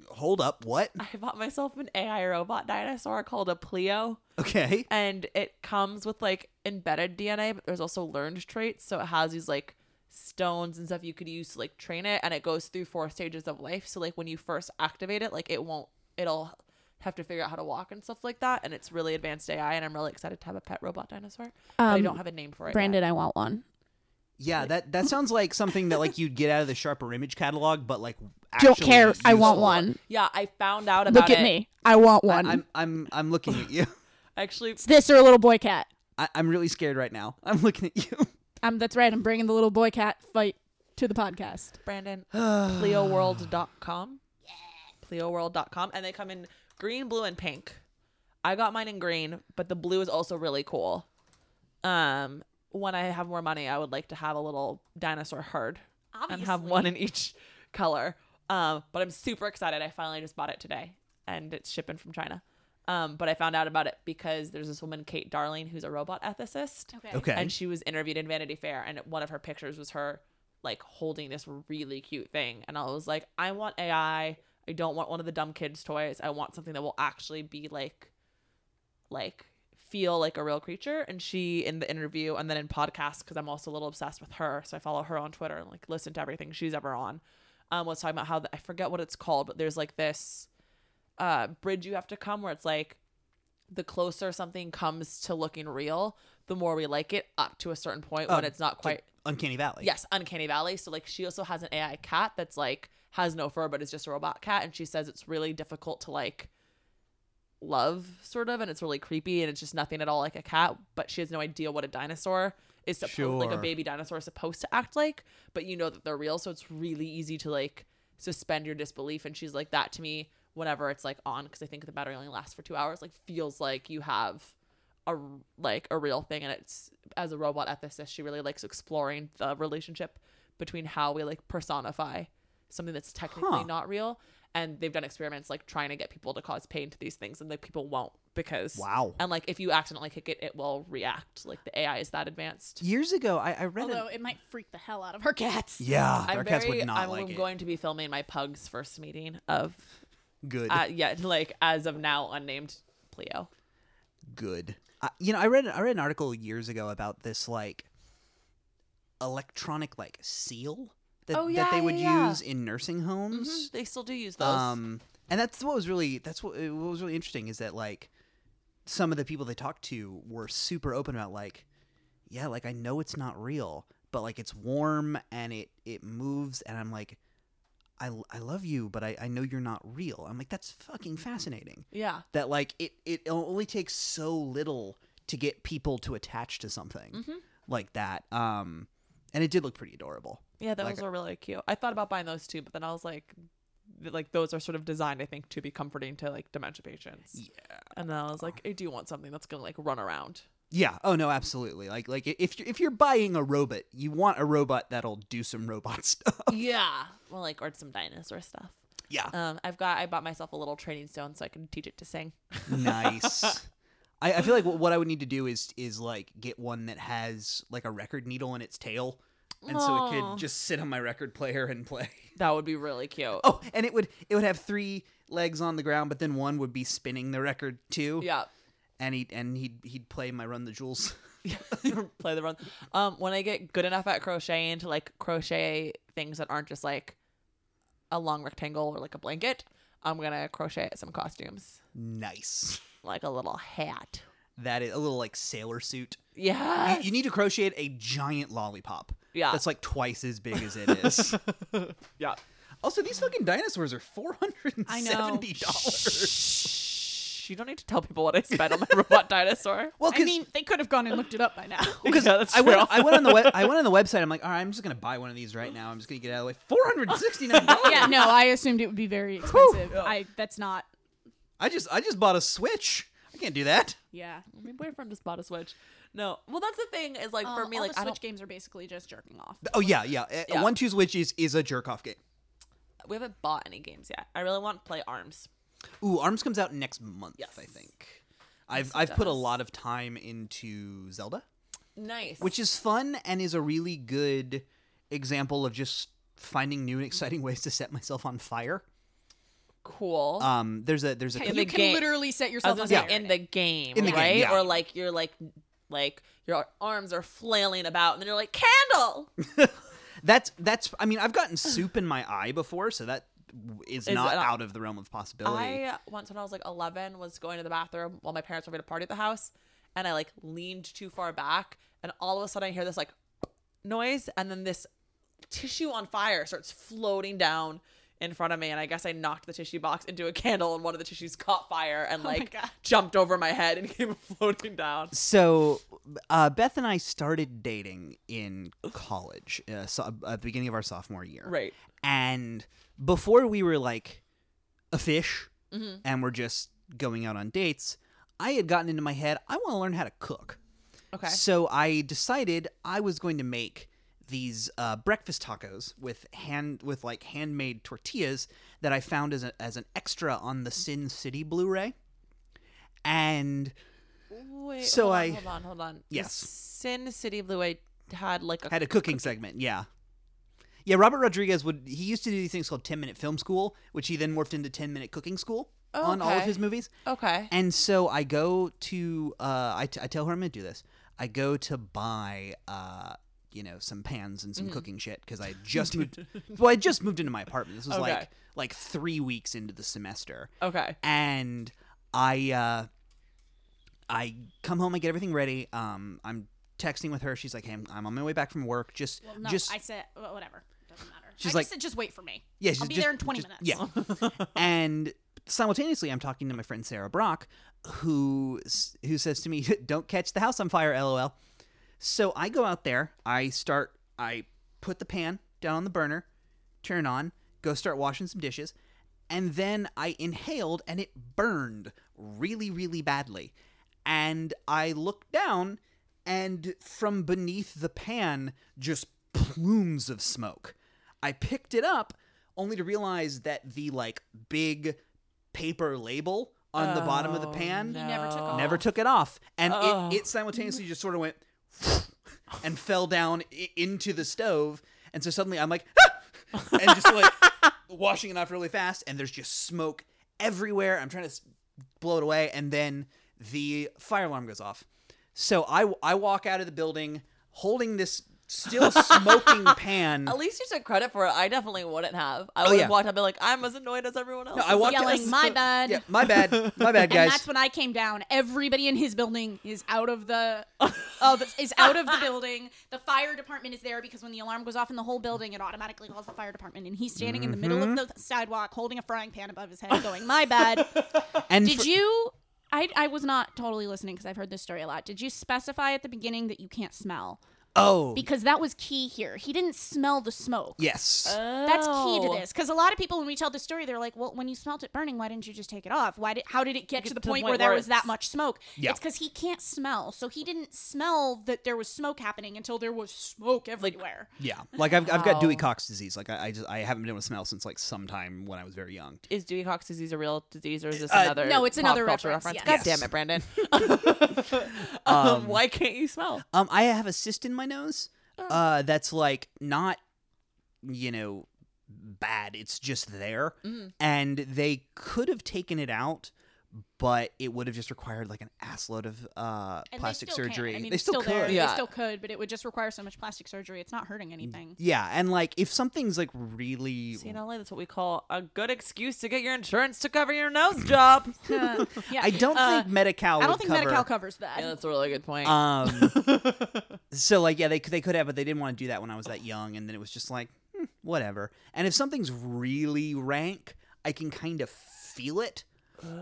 Speaker 2: hold up. What?
Speaker 4: I bought myself an AI robot dinosaur called a Pleo.
Speaker 2: Okay.
Speaker 4: and it comes with like embedded DNA, but there's also learned traits. So it has these like stones and stuff you could use to like train it, and it goes through four stages of life. So like when you first activate it, like it won't, it'll have to figure out how to walk and stuff like that. And it's really advanced AI, and I'm really excited to have a pet robot dinosaur. but I
Speaker 1: Um,
Speaker 4: don't have a name for it. yet.
Speaker 1: Brandon, I want one.
Speaker 2: Yeah, that that sounds like something that like you'd get out of the Sharper Image catalog, but like
Speaker 1: Don't
Speaker 2: actually
Speaker 1: care. I want
Speaker 2: useful.
Speaker 1: one.
Speaker 4: Yeah, I found out about
Speaker 1: Look at
Speaker 4: it.
Speaker 1: me. I want one.
Speaker 2: I'm I'm I'm looking at you.
Speaker 4: Actually,
Speaker 1: it's this or a little boy cat.
Speaker 2: I, I'm really scared right now. I'm looking at you.
Speaker 1: Um, that's right. I'm bringing the little boy cat fight to the podcast.
Speaker 4: Brandon, pleoworld.com. Pleoworld.com. And they come in green, blue, and pink. I got mine in green, but the blue is also really cool. Um, when I have more money, I would like to have a little dinosaur herd and have one in each color. Um, but I'm super excited. I finally just bought it today and it's shipping from China. Um, but I found out about it because there's this woman, Kate Darling, who's a robot ethicist
Speaker 2: Okay.
Speaker 4: and she was interviewed in Vanity Fair, and one of her pictures was her like holding this really cute thing, and I was like, I want AI. I don't want one of the dumb kids' toys. I want something that will actually be like, like feel like a real creature. And she in the interview, and then in podcasts, because I'm also a little obsessed with her, so I follow her on Twitter and like listen to everything she's ever on. Um, was talking about how the, I forget what it's called, but there's like this uh bridge you have to come where it's like the closer something comes to looking real, the more we like it up to a certain point when
Speaker 2: Oh,
Speaker 4: it's not quite
Speaker 2: Uncanny Valley.
Speaker 4: yes, uncanny valley. So like she also has an AI cat that's like has no fur but is just a robot cat and she says it's really difficult to like love sort of and it's really creepy and it's just nothing at all like a cat, but she has no idea what a dinosaur is supposed like a
Speaker 2: Sure.
Speaker 4: baby dinosaur is supposed to act like, but you know that they're real, so it's really easy to like suspend your disbelief and she's like that to me whenever it's like on because I think the battery only lasts for 2 hours, like feels like you have a like a real thing and it's as a robot ethicist she really likes exploring the relationship between how we like personify something that's technically
Speaker 2: Huh.
Speaker 4: not real and they've done experiments like trying to get people to cause pain to these things and like people won't because
Speaker 2: Wow.
Speaker 4: and like if you accidentally kick it it will react like the ai is that advanced
Speaker 2: Years ago, I, I read.
Speaker 1: Although
Speaker 2: An,
Speaker 1: it might freak the hell out of her cats.
Speaker 2: yeah,
Speaker 4: I'm
Speaker 2: our cats
Speaker 4: very-
Speaker 2: would not
Speaker 4: I'm
Speaker 2: like it.
Speaker 4: going to be filming my pug's first meeting of
Speaker 2: Good.
Speaker 4: Uh, yeah, like as of now, unnamed Pleo.
Speaker 2: good. I, you know, I read I read an article years ago about this like electronic like seal that,
Speaker 4: Oh,
Speaker 2: that
Speaker 4: yeah,
Speaker 2: they would
Speaker 4: yeah, yeah.
Speaker 2: use in nursing homes.
Speaker 4: They still do use those.
Speaker 2: Mm-hmm. Um, and that's what was really that's what, uh, what was really interesting is that like some of the people they talked to were super open about like, yeah, like I know it's not real, but like it's warm and it it moves, and I'm like. I, l- I love you, but I, I know you're not real. I'm like, that's fucking fascinating
Speaker 4: yeah.
Speaker 2: that like it it only takes so little to get people to attach to something like that um and it did look pretty adorable
Speaker 4: Yeah, those
Speaker 2: Like-
Speaker 4: were really cute. I thought about buying those too, but then I was like, th- like those are sort of designed, I think, to be comforting to like dementia patients. Yeah. And then I was like, I do want something that's gonna like run around.
Speaker 2: yeah oh no absolutely like like if you're, if you're buying a robot you want a robot that'll do some robot stuff
Speaker 4: yeah. Well, like or some dinosaur stuff.
Speaker 2: yeah
Speaker 4: Um, I've got I bought myself a little training stone so I can teach it to sing.
Speaker 2: nice I, I feel like what, what i would need to do is is like get one that has like a record needle in its tail and so it
Speaker 4: Aw.
Speaker 2: could just sit on my record player and play
Speaker 4: That would be really cute.
Speaker 2: oh and it would it would have three legs on the ground but then one would be spinning the record too
Speaker 4: Yeah.
Speaker 2: and he and he'd he'd play my Run the Jewels.
Speaker 4: play the run. Um, when I get good enough at crocheting to like crochet things that aren't just like a long rectangle or like a blanket, I'm gonna crochet some costumes,
Speaker 2: nice.
Speaker 4: like a little hat.
Speaker 2: That is a little like sailor suit. You,
Speaker 4: Yeah,
Speaker 2: you need to crochet a giant lollipop.
Speaker 4: Yeah.
Speaker 2: that's like twice as big as it is.
Speaker 4: yeah.
Speaker 2: also, these fucking dinosaurs are four hundred and seventy dollars.
Speaker 4: Shh, you don't need to tell people what I spent on my robot dinosaur.
Speaker 2: Well,
Speaker 1: I
Speaker 2: because
Speaker 1: mean, they could have gone and looked it up by now.
Speaker 4: yeah, that's
Speaker 2: I went,
Speaker 4: true.
Speaker 2: I went on the web, I went on the website. I'm like, all right, I'm just gonna buy one of these right now. I'm just gonna get it out of the way. Four hundred sixty nine dollars.
Speaker 1: yeah, no, I assumed it would be very expensive. I that's not.
Speaker 2: I just I just bought a Switch. I can't do that.
Speaker 1: Yeah,
Speaker 4: My boyfriend just bought a Switch. No, well, that's the thing is like for
Speaker 1: Um,
Speaker 4: me,
Speaker 1: all
Speaker 4: like
Speaker 1: the
Speaker 4: I
Speaker 1: Switch
Speaker 4: don't.
Speaker 1: games are basically just jerking off.
Speaker 2: Oh yeah, yeah. Uh,
Speaker 4: Yeah.
Speaker 2: One two switch is is a jerk off game.
Speaker 4: We haven't bought any games yet. I really want to play Arms.
Speaker 2: Ooh, Arms comes out next month, I think. I've I've put a
Speaker 4: does.
Speaker 2: lot of time into Zelda,
Speaker 4: Nice.
Speaker 2: which is fun and is a really good example of just finding new and exciting ways to set myself on fire.
Speaker 4: cool.
Speaker 2: Um, there's a there's a
Speaker 4: In
Speaker 1: you
Speaker 2: com-
Speaker 4: the
Speaker 1: can
Speaker 4: game-
Speaker 1: literally set
Speaker 4: I
Speaker 1: yourself
Speaker 4: was gonna
Speaker 1: on
Speaker 4: say
Speaker 1: fire.
Speaker 4: in the game,
Speaker 2: In the game,
Speaker 4: right?
Speaker 2: yeah.
Speaker 4: Or like you're like like your arms are flailing about, and then you're like candle.
Speaker 2: that's that's I mean I've gotten soup in my eye before, so that w- is,
Speaker 4: Is
Speaker 2: not
Speaker 4: it- uh,
Speaker 2: out of the realm of possibility.
Speaker 4: I uh, once when I was like 11 was going to the bathroom while my parents were having a party at the house, and I like leaned too far back, and all of a sudden I hear this like noise, and then this tissue on fire starts floating down in front of me, and I guess I knocked the tissue box into a candle, and one of the tissues caught fire and like
Speaker 1: God.
Speaker 4: jumped over my head and came floating down.
Speaker 2: So, uh, Beth and I started dating in college, uh, so, uh, at the beginning of our sophomore year.
Speaker 4: Right.
Speaker 2: And before we were like a fish
Speaker 4: Mm-hmm.
Speaker 2: and we're just going out on dates, I had gotten into my head, I want to learn how to cook.
Speaker 4: Okay.
Speaker 2: So I decided I was going to make these uh, breakfast tacos with hand with like handmade tortillas that I found as, a, as an extra on the
Speaker 4: Mm-hmm.
Speaker 2: Sin City Blu-ray. And
Speaker 4: Wait.
Speaker 2: So
Speaker 4: hold on,
Speaker 2: I-
Speaker 4: hold on, hold on. The
Speaker 2: Yes.
Speaker 4: Sin City Blue. I had like a
Speaker 2: had a cooking segment. Yeah. Yeah, Robert Rodriguez would he used to do these things called 10 minute film school, which he then morphed into 10 minute cooking school on all of
Speaker 4: Oh, Okay.
Speaker 2: his movies.
Speaker 4: okay.
Speaker 2: And so I go to uh I, t- I tell her I'm going to do this. I go to buy uh you know some pans and
Speaker 1: Mm.
Speaker 2: some cooking shit because I just moved well I just moved into my apartment. This was
Speaker 4: Okay.
Speaker 2: like like 3 weeks into the semester
Speaker 4: Okay.
Speaker 2: and I uh, I come home, I get everything ready. Um, I'm texting with her. She's like, "Hey, I'm, I'm on my way back from work. Just,
Speaker 1: Well, no,
Speaker 2: just
Speaker 1: I said wh- whatever. Doesn't matter.
Speaker 2: She's
Speaker 1: I
Speaker 2: like-
Speaker 1: just said just wait for me.
Speaker 2: yeah, she's
Speaker 1: I'll be
Speaker 2: just-
Speaker 1: there in 20
Speaker 2: just-
Speaker 1: minutes.
Speaker 2: Yeah, and simultaneously, I'm talking to my friend Sarah Brock, who s- who says to me, "Don't catch the house on fire, lol." So I go out there. I start. I put the pan down on the burner, turn it on, go start washing some dishes, and then I inhaled and it burned really, really badly. And I looked down, and from beneath the pan, just plumes of smoke. I picked it up only to realize that the like big paper label on the bottom of the
Speaker 1: He
Speaker 2: pan
Speaker 1: never took off.
Speaker 2: Oh. never took it off and
Speaker 4: Oh.
Speaker 2: it, it simultaneously just sort of went and fell down I- into the stove and so suddenly i'm like "Ah!" and just like washing it off really fast and there's just smoke everywhere. I'm trying to s- blow it away, and then the fire alarm goes off. So I I walk out of the building holding this still smoking pan.
Speaker 4: At least you took credit for it. I definitely wouldn't have. I would
Speaker 2: Oh, yeah.
Speaker 4: have walked up and been like, I'm as annoyed as everyone else.
Speaker 2: No, I walked out-
Speaker 1: yelling, "My bad!"
Speaker 2: Yeah, my bad, my bad,
Speaker 1: And
Speaker 2: guys.
Speaker 1: that's when I came down. Everybody in his building is out of the of is out of the building. The fire department is there because when the alarm goes off in the whole building, it automatically calls the fire department. And he's standing in the middle of
Speaker 2: Mm-hmm.
Speaker 1: the sidewalk, holding a frying pan above his head, going, "My bad."
Speaker 2: and
Speaker 1: Did
Speaker 2: for-
Speaker 1: you? I, I was not totally listening because I've heard this story a lot. Did you specify at the beginning that you can't smell?
Speaker 2: Oh,
Speaker 1: Because that was key here. He didn't smell the smoke.
Speaker 2: yes.
Speaker 1: That's key to
Speaker 4: Oh.
Speaker 1: this because a lot of people, when we tell the story, they're like, "Well, when you smelt it burning, why didn't you just take it off? Why did? How did it get to the point, where, there was that
Speaker 4: it's-
Speaker 1: much smoke?
Speaker 2: Yeah.
Speaker 1: It's because he can't smell, so he didn't smell that there was smoke happening until there was smoke everywhere.
Speaker 2: yeah, like I've, I've got Dewey Cox disease. Like I, I just I haven't been able to smell since like sometime when I was very young.
Speaker 4: Is Dewey Cox disease a real disease or is this
Speaker 2: Uh,
Speaker 4: another?
Speaker 1: no, it's
Speaker 4: pop
Speaker 1: another
Speaker 4: culture
Speaker 1: reference,
Speaker 4: God
Speaker 2: yes.
Speaker 4: damn it, Brandon. um, why can't you smell?
Speaker 2: Um, I have a cyst in my nose. Uh, that's like not, you know, bad. It's just there,
Speaker 1: Mm.
Speaker 2: and they could have taken it out, but it would have just required like an ass load of uh
Speaker 1: And
Speaker 2: plastic
Speaker 1: they still
Speaker 2: surgery.
Speaker 1: Can. I mean,
Speaker 2: they
Speaker 1: it's still,
Speaker 2: still,
Speaker 1: there.
Speaker 2: could. Mm.
Speaker 4: Yeah.
Speaker 1: They still could, but it would just require so much plastic surgery. It's not hurting anything.
Speaker 2: Yeah, and like if something's like really
Speaker 4: See, in LA, that's what we call a good excuse to get your insurance to cover your nose job.
Speaker 1: yeah, Uh,
Speaker 2: I don't think Medi-Cal
Speaker 1: I
Speaker 2: would
Speaker 1: don't think
Speaker 2: cover.
Speaker 1: Medi-Cal covers that.
Speaker 4: yeah, that's a really good point.
Speaker 2: Um, so like yeah, they could- they could have, but they didn't want to do that when I was that young, and then it was just like hmm, whatever. And if something's really rank, I can kind of feel it.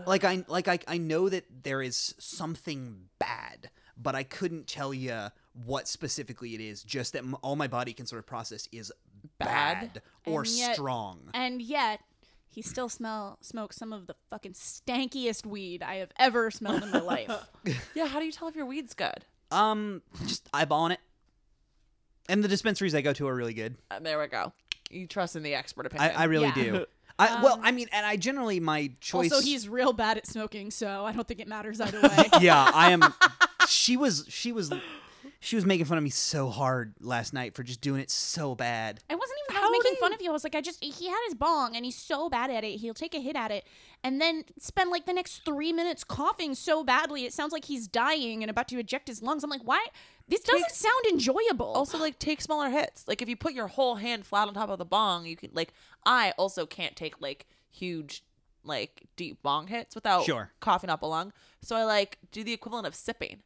Speaker 2: Like I like I I know that there is something bad, but I couldn't tell you what specifically it is. Just that m- all my body can sort of process is bad,
Speaker 4: Bad?
Speaker 2: or
Speaker 1: And yet-
Speaker 2: strong.
Speaker 1: And yet, he still smell smokes some of the fucking stankiest weed I have ever smelled in my life.
Speaker 4: yeah, how do you tell if your weed's good?
Speaker 2: Um, just eyeballing it. And the dispensaries I go to are really good.
Speaker 4: Uh, there we go. You trust in the expert
Speaker 2: I,
Speaker 4: opinion.
Speaker 2: I really
Speaker 1: Yeah. Um,
Speaker 2: do. I, well, I mean, and I generally my choice.
Speaker 1: Also, he's real bad at smoking, so I don't think it matters either way.
Speaker 2: yeah, I am. She was. She was. She was making fun of me so hard last night for just doing it so bad.
Speaker 1: I wasn't even I was making fun of you. I was like, I just he had his bong and he's so bad at it. He'll take a hit at it and then spend like the next three minutes coughing so badly it sounds like he's dying and about to eject his lungs. I'm like, why? This doesn't sound enjoyable.
Speaker 4: also like take smaller hits. Like if you put your whole hand flat on top of the bong, you can like I also can't take like huge like deep bong hits without
Speaker 2: Sure.
Speaker 4: coughing up a lung. So I like do the equivalent of sipping.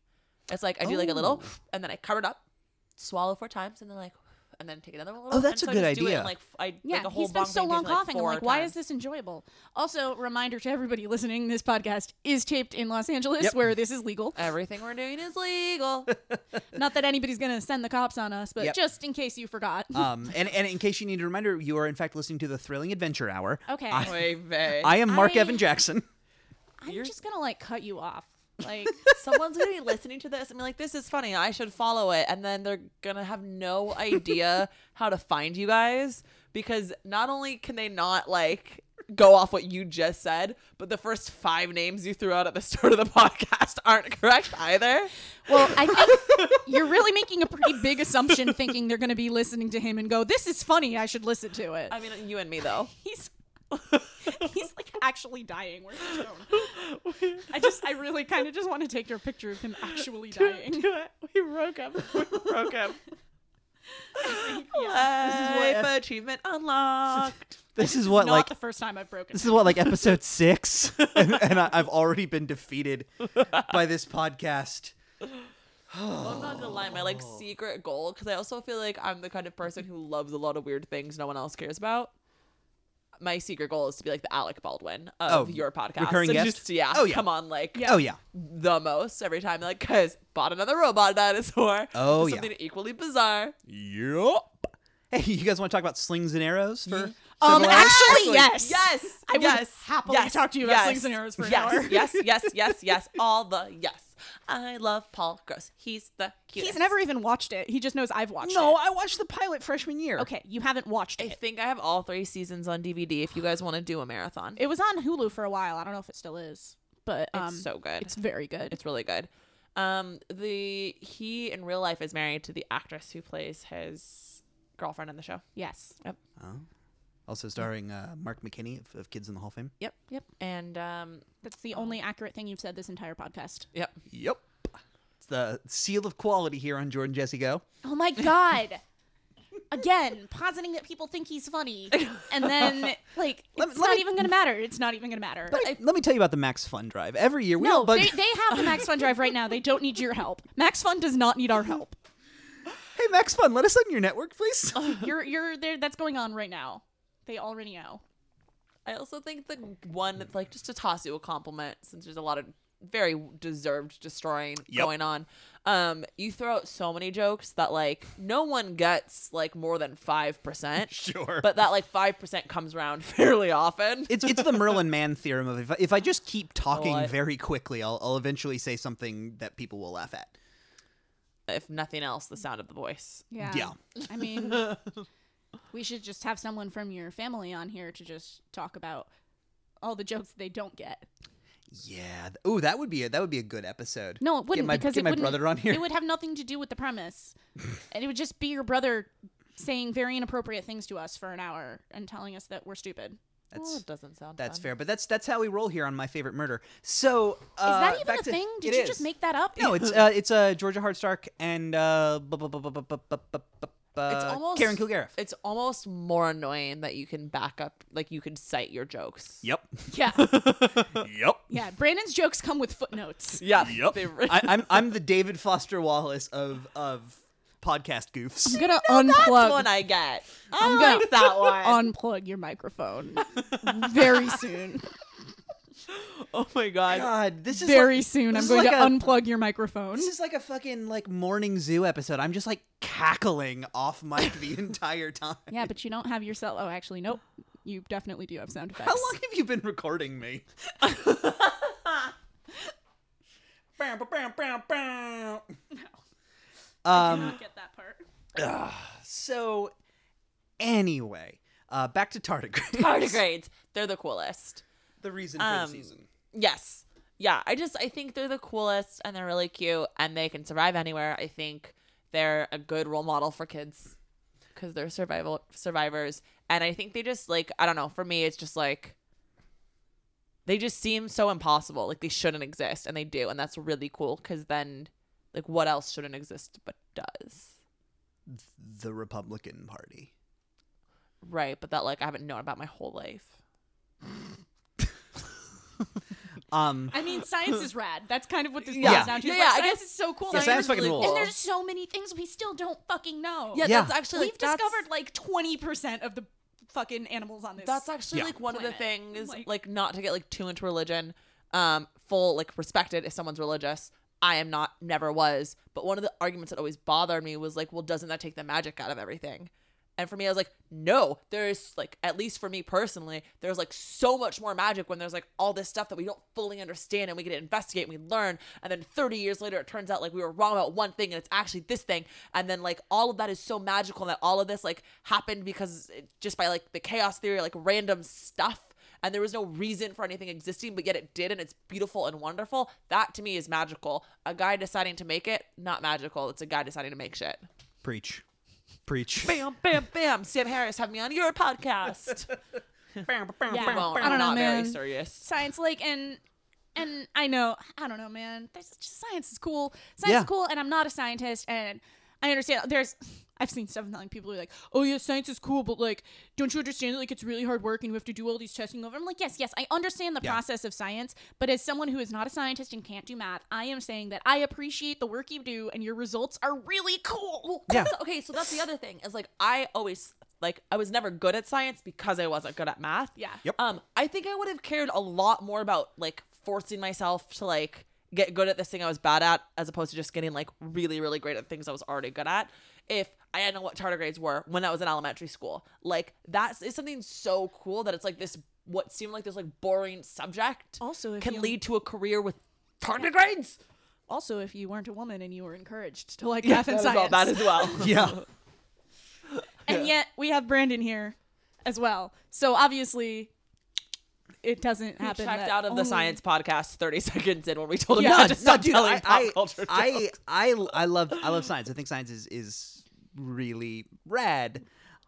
Speaker 4: It's like I do like a little
Speaker 2: Oh.
Speaker 4: and then I cover it up, swallow four times and then like and then take another little.
Speaker 2: Oh, that's a
Speaker 4: and so I
Speaker 2: good
Speaker 4: just do it,
Speaker 2: idea.
Speaker 4: and, like f- I
Speaker 1: Yeah,
Speaker 4: like a whole
Speaker 1: he's been
Speaker 4: bong
Speaker 1: so
Speaker 4: thing
Speaker 1: long
Speaker 4: takes me, like,
Speaker 1: coughing. I'm
Speaker 4: four
Speaker 1: like, why is
Speaker 4: times.
Speaker 1: this enjoyable? Also, reminder to everybody listening: this podcast is taped in Los Angeles,
Speaker 2: Yep.
Speaker 1: where this is legal.
Speaker 4: Everything we're doing is legal.
Speaker 1: Not that anybody's gonna send the cops on us, but
Speaker 2: Yep.
Speaker 1: just in case you forgot.
Speaker 4: Uh,
Speaker 2: Um, and, and in case you need a reminder, you are in fact listening to the Thrilling Adventure Hour.
Speaker 1: Okay.
Speaker 2: I,
Speaker 4: Oy vey.
Speaker 2: I am Mark
Speaker 1: I-
Speaker 2: Evan Jackson.
Speaker 1: I'm just gonna like cut you off. Like,
Speaker 4: someone's gonna be listening to this and be like, "This is funny. I should follow it," and then they're gonna have no idea how to find you guys because not only can they not like go off what you just said, but the first five names you threw out at the start of the podcast aren't correct either.
Speaker 1: well, I think you're really making a pretty big assumption, thinking they're gonna be listening to him and go, "This is funny. I should listen to it."
Speaker 4: I mean, you and me though.
Speaker 1: he's he's like actually dying. Where's his phone? I just, I really kind of just want to take your picture of him actually dying.
Speaker 4: we broke up. We broke up.
Speaker 2: F-
Speaker 4: Life achievement unlocked.
Speaker 2: This is what
Speaker 1: Not
Speaker 2: like
Speaker 1: the first time I've broken.
Speaker 2: this is what like episode six, and, and I, I've already been defeated by this podcast.
Speaker 4: I'm not gonna lie, my like
Speaker 2: Oh.
Speaker 4: secret goal, because I also feel like I'm the kind of person who loves a lot of weird things no one else cares about. My secret goal is to be like the Alec Baldwin of
Speaker 2: Oh,
Speaker 4: your podcast.
Speaker 2: recurring
Speaker 4: and
Speaker 2: guest?
Speaker 4: Just, yeah,
Speaker 2: Oh, yeah.
Speaker 4: Come on, like
Speaker 1: Yeah.
Speaker 2: Oh yeah,
Speaker 4: the most every time. Like, cause bought another robot dinosaur.
Speaker 2: Oh, yeah.
Speaker 4: something equally bizarre.
Speaker 2: yep. Hey, you guys want to talk about slings and arrows for?
Speaker 1: Um,
Speaker 2: several
Speaker 1: actually, yes,
Speaker 2: hours?
Speaker 4: Yes.
Speaker 1: I would
Speaker 4: yes.
Speaker 1: happily
Speaker 4: yes,
Speaker 1: talk to you about slings and arrows for an
Speaker 4: yes.
Speaker 1: hour.
Speaker 4: yes. Yes. Yes. Yes. All the yes. I love Paul Gross. He's the cutest.
Speaker 1: He's never even watched it. He just knows I've watched it.
Speaker 2: No, I watched the pilot freshman year.
Speaker 1: Okay, you haven't watched
Speaker 4: I
Speaker 1: it.
Speaker 4: think I have all three seasons on DVD. If you guys want to do a marathon,
Speaker 1: It was on Hulu for a while. I don't know if it still is, but um,
Speaker 4: it's so good.
Speaker 1: it's very good.
Speaker 4: It's really good. Um, the he in real life is married to the actress who plays his girlfriend in the show.
Speaker 1: yes.
Speaker 4: Yep.
Speaker 2: Also starring uh, Mark McKinney of, of Kids in the Hall of Fame.
Speaker 4: Yep.
Speaker 1: Yep.
Speaker 4: And um,
Speaker 1: That's the only accurate thing you've said this entire podcast.
Speaker 4: yep.
Speaker 2: Yep. It's the seal of quality here on Jordan Jesse Go.
Speaker 1: Oh my god. Again, positing that people think he's funny, and then like
Speaker 2: Let me-
Speaker 1: it's
Speaker 2: let
Speaker 1: not
Speaker 2: me-
Speaker 1: even gonna matter. It's not even gonna matter.
Speaker 2: Let me, let me tell you about the Max Fun Drive. Every year we
Speaker 1: no,
Speaker 2: don't bug.
Speaker 1: they, they have the Max Fun Drive right now. They don't need your help. Max Fun does not need our help.
Speaker 2: hey, Max Fun, let us on your network, please.
Speaker 1: You're you're there. That's going on right now. They already know.
Speaker 4: I also think the one that's like just to toss you a compliment since there's a lot of very deserved destroying
Speaker 2: Yep.
Speaker 4: going on. Um, you throw out so many jokes that like no one gets like more than five percent.
Speaker 2: Sure.
Speaker 4: But that like five percent comes around fairly often.
Speaker 2: It's, it's the Merlin Mann theorem of if I, if I just
Speaker 1: Oh,
Speaker 2: keep talking
Speaker 4: I-
Speaker 2: very quickly, I'll, I'll eventually say something that people will laugh at.
Speaker 4: if nothing else, the sound of the voice.
Speaker 1: Yeah.
Speaker 2: Yeah.
Speaker 1: I mean, we should just have someone from your family on here to just talk about all the jokes they don't get.
Speaker 2: Yeah. Oh, that would be a, that would be a good episode.
Speaker 1: No, it wouldn't
Speaker 2: my-
Speaker 1: because
Speaker 2: get
Speaker 1: it
Speaker 2: my
Speaker 1: wouldn't-
Speaker 2: brother on here.
Speaker 1: It would have nothing to do with the premise, and it would just be your brother saying very inappropriate things to us for an hour and telling us that we're stupid. Is
Speaker 4: Well,
Speaker 2: That's
Speaker 4: it doesn't sound
Speaker 2: that's
Speaker 4: fun.
Speaker 2: fair, but that's that's how we roll here on my favorite murder. So uh,
Speaker 1: that even
Speaker 2: back
Speaker 1: a
Speaker 2: to-
Speaker 1: thing? Did
Speaker 2: it
Speaker 1: you
Speaker 2: is.
Speaker 1: just make that up?
Speaker 2: No, it's uh, it's uh, Georgia Hardstark and uh, bu- bu- bu- bu- bu- bu- bu- bu- bu-
Speaker 4: It's
Speaker 2: uh,
Speaker 4: almost
Speaker 2: Karen Kilgariff.
Speaker 4: It's almost more annoying that you can back up, like you can cite your jokes.
Speaker 2: Yep.
Speaker 1: yeah,
Speaker 2: Yep.
Speaker 1: yeah. Brandon's jokes come with footnotes.
Speaker 4: Yeah. They re-
Speaker 2: I, I'm I'm the David Foster Wallace of of podcast goofs.
Speaker 1: I'm gonna
Speaker 4: that's
Speaker 1: unplug.
Speaker 4: one I get. I
Speaker 1: I'm gonna
Speaker 4: like that one.
Speaker 1: unplug your microphone very soon.
Speaker 4: oh my god.
Speaker 2: God, this is
Speaker 1: Very
Speaker 2: like-
Speaker 1: soon,
Speaker 2: this
Speaker 1: I'm
Speaker 2: is
Speaker 1: going
Speaker 2: like
Speaker 1: to
Speaker 2: a-
Speaker 1: unplug your microphone.
Speaker 2: This is like a fucking like morning zoo episode. I'm just like cackling off mic the entire time.
Speaker 1: Yeah, but you don't have your cell. Oh, actually, nope. You definitely do have sound effects.
Speaker 2: How long have you been recording me? Bam, ba, bam, bam, bam. Um,
Speaker 1: get that part.
Speaker 2: so, anyway, uh, back to tardigrades.
Speaker 4: tardigrades. They're the coolest.
Speaker 2: the reason for
Speaker 4: Um,
Speaker 2: the season.
Speaker 4: Yes. Yeah. I just I think they're the coolest and they're really cute and they can survive anywhere. I think they're a good role model for kids because they're survival survivors and I think they just like I don't know. For me, it's just like they just seem so impossible. Like they shouldn't exist and they do and that's really cool because then like what else shouldn't exist but does.
Speaker 2: The Republican Party.
Speaker 4: Right, but that like I haven't known about my whole life.
Speaker 2: Um,
Speaker 1: I mean, science is rad. That's kind of what this
Speaker 2: Yeah.
Speaker 1: boils down to.
Speaker 4: Yeah,
Speaker 1: Yeah,
Speaker 4: yeah, I
Speaker 1: science
Speaker 4: guess-
Speaker 1: is so cool.
Speaker 2: Yeah, science fucking rules.
Speaker 1: And there's so many things we still don't fucking know.
Speaker 4: yeah,
Speaker 2: Yeah.
Speaker 4: that's actually
Speaker 1: we've
Speaker 4: like, that's-
Speaker 1: discovered like 20% of the fucking animals on this.
Speaker 4: That's actually
Speaker 2: Yeah.
Speaker 4: like one of the
Speaker 1: planet.
Speaker 4: things,
Speaker 1: Like-
Speaker 4: like, not to get like too into religion. Um, full like respected if someone's religious. I am not, never was. But one of the arguments that always bothered me was like, well, doesn't that take the magic out of everything? And for me, I was like, no, there's like, at least for me personally, there's like so much more magic when there's like all this stuff that we don't fully understand and we get to investigate and we learn. And then 30 years later, it turns out like we were wrong about one thing and it's actually this thing. And then like all of that is so magical and that all of this like happened because it, just by like the chaos theory, like random stuff. And there was no reason for anything existing, but yet it did, and it's beautiful and wonderful. That to me is magical. A guy deciding to make it, not magical. It's a guy deciding to make shit.
Speaker 2: preach, preach.
Speaker 4: Bam, bam, bam. Sam Harris, have me on your podcast.
Speaker 1: yeah.
Speaker 4: Won't.
Speaker 1: I don't know,
Speaker 4: Not
Speaker 1: man.
Speaker 4: Very serious.
Speaker 1: Science, like, and. And I know, I don't know, man. There's just science is cool. Science
Speaker 2: Yeah.
Speaker 1: is cool, and I'm not a scientist, and I understand. There's, I've seen stuff and like people are like, "Oh yeah, science is cool," but like, don't you understand that like it's really hard work and you have to do all these testing over? I'm like, yes, yes, I understand the
Speaker 2: Yeah.
Speaker 1: process of science, but as someone who is not a scientist and can't do math, I am saying that I appreciate the work you do, and your results are really cool.
Speaker 2: Yeah.
Speaker 4: So- okay, so that's the other thing is like I always like I was never good at science because I wasn't good at math.
Speaker 1: Yeah.
Speaker 2: Yep.
Speaker 4: Um, I think I would have cared a lot more about like forcing myself to like get good at this thing I was bad at as opposed to just getting like really really great at things I was already good at. If I didn't know what tardigrades were when I was in elementary school, like that is something so cool that it's like this what seemed like this like boring subject
Speaker 1: Also, if
Speaker 4: can
Speaker 1: you-
Speaker 4: lead to a career with tardigrades.
Speaker 1: Also, if you weren't a woman and you were encouraged to like math
Speaker 4: That
Speaker 1: and
Speaker 4: is
Speaker 1: science,
Speaker 4: all bad as well.
Speaker 2: yeah.
Speaker 1: and yet we have Brandon here as well. So obviously, it doesn't
Speaker 4: We
Speaker 1: happen.
Speaker 4: checked
Speaker 1: that
Speaker 4: out of the
Speaker 1: only-
Speaker 4: science podcast 30 seconds in when we told him
Speaker 1: Yeah.
Speaker 4: not
Speaker 1: No,
Speaker 4: to
Speaker 2: no,
Speaker 4: stop
Speaker 2: dude,
Speaker 4: telling
Speaker 2: I,
Speaker 4: pop
Speaker 2: I,
Speaker 4: culture jokes.
Speaker 2: I, I, I love, I love science. I think science is is really rad.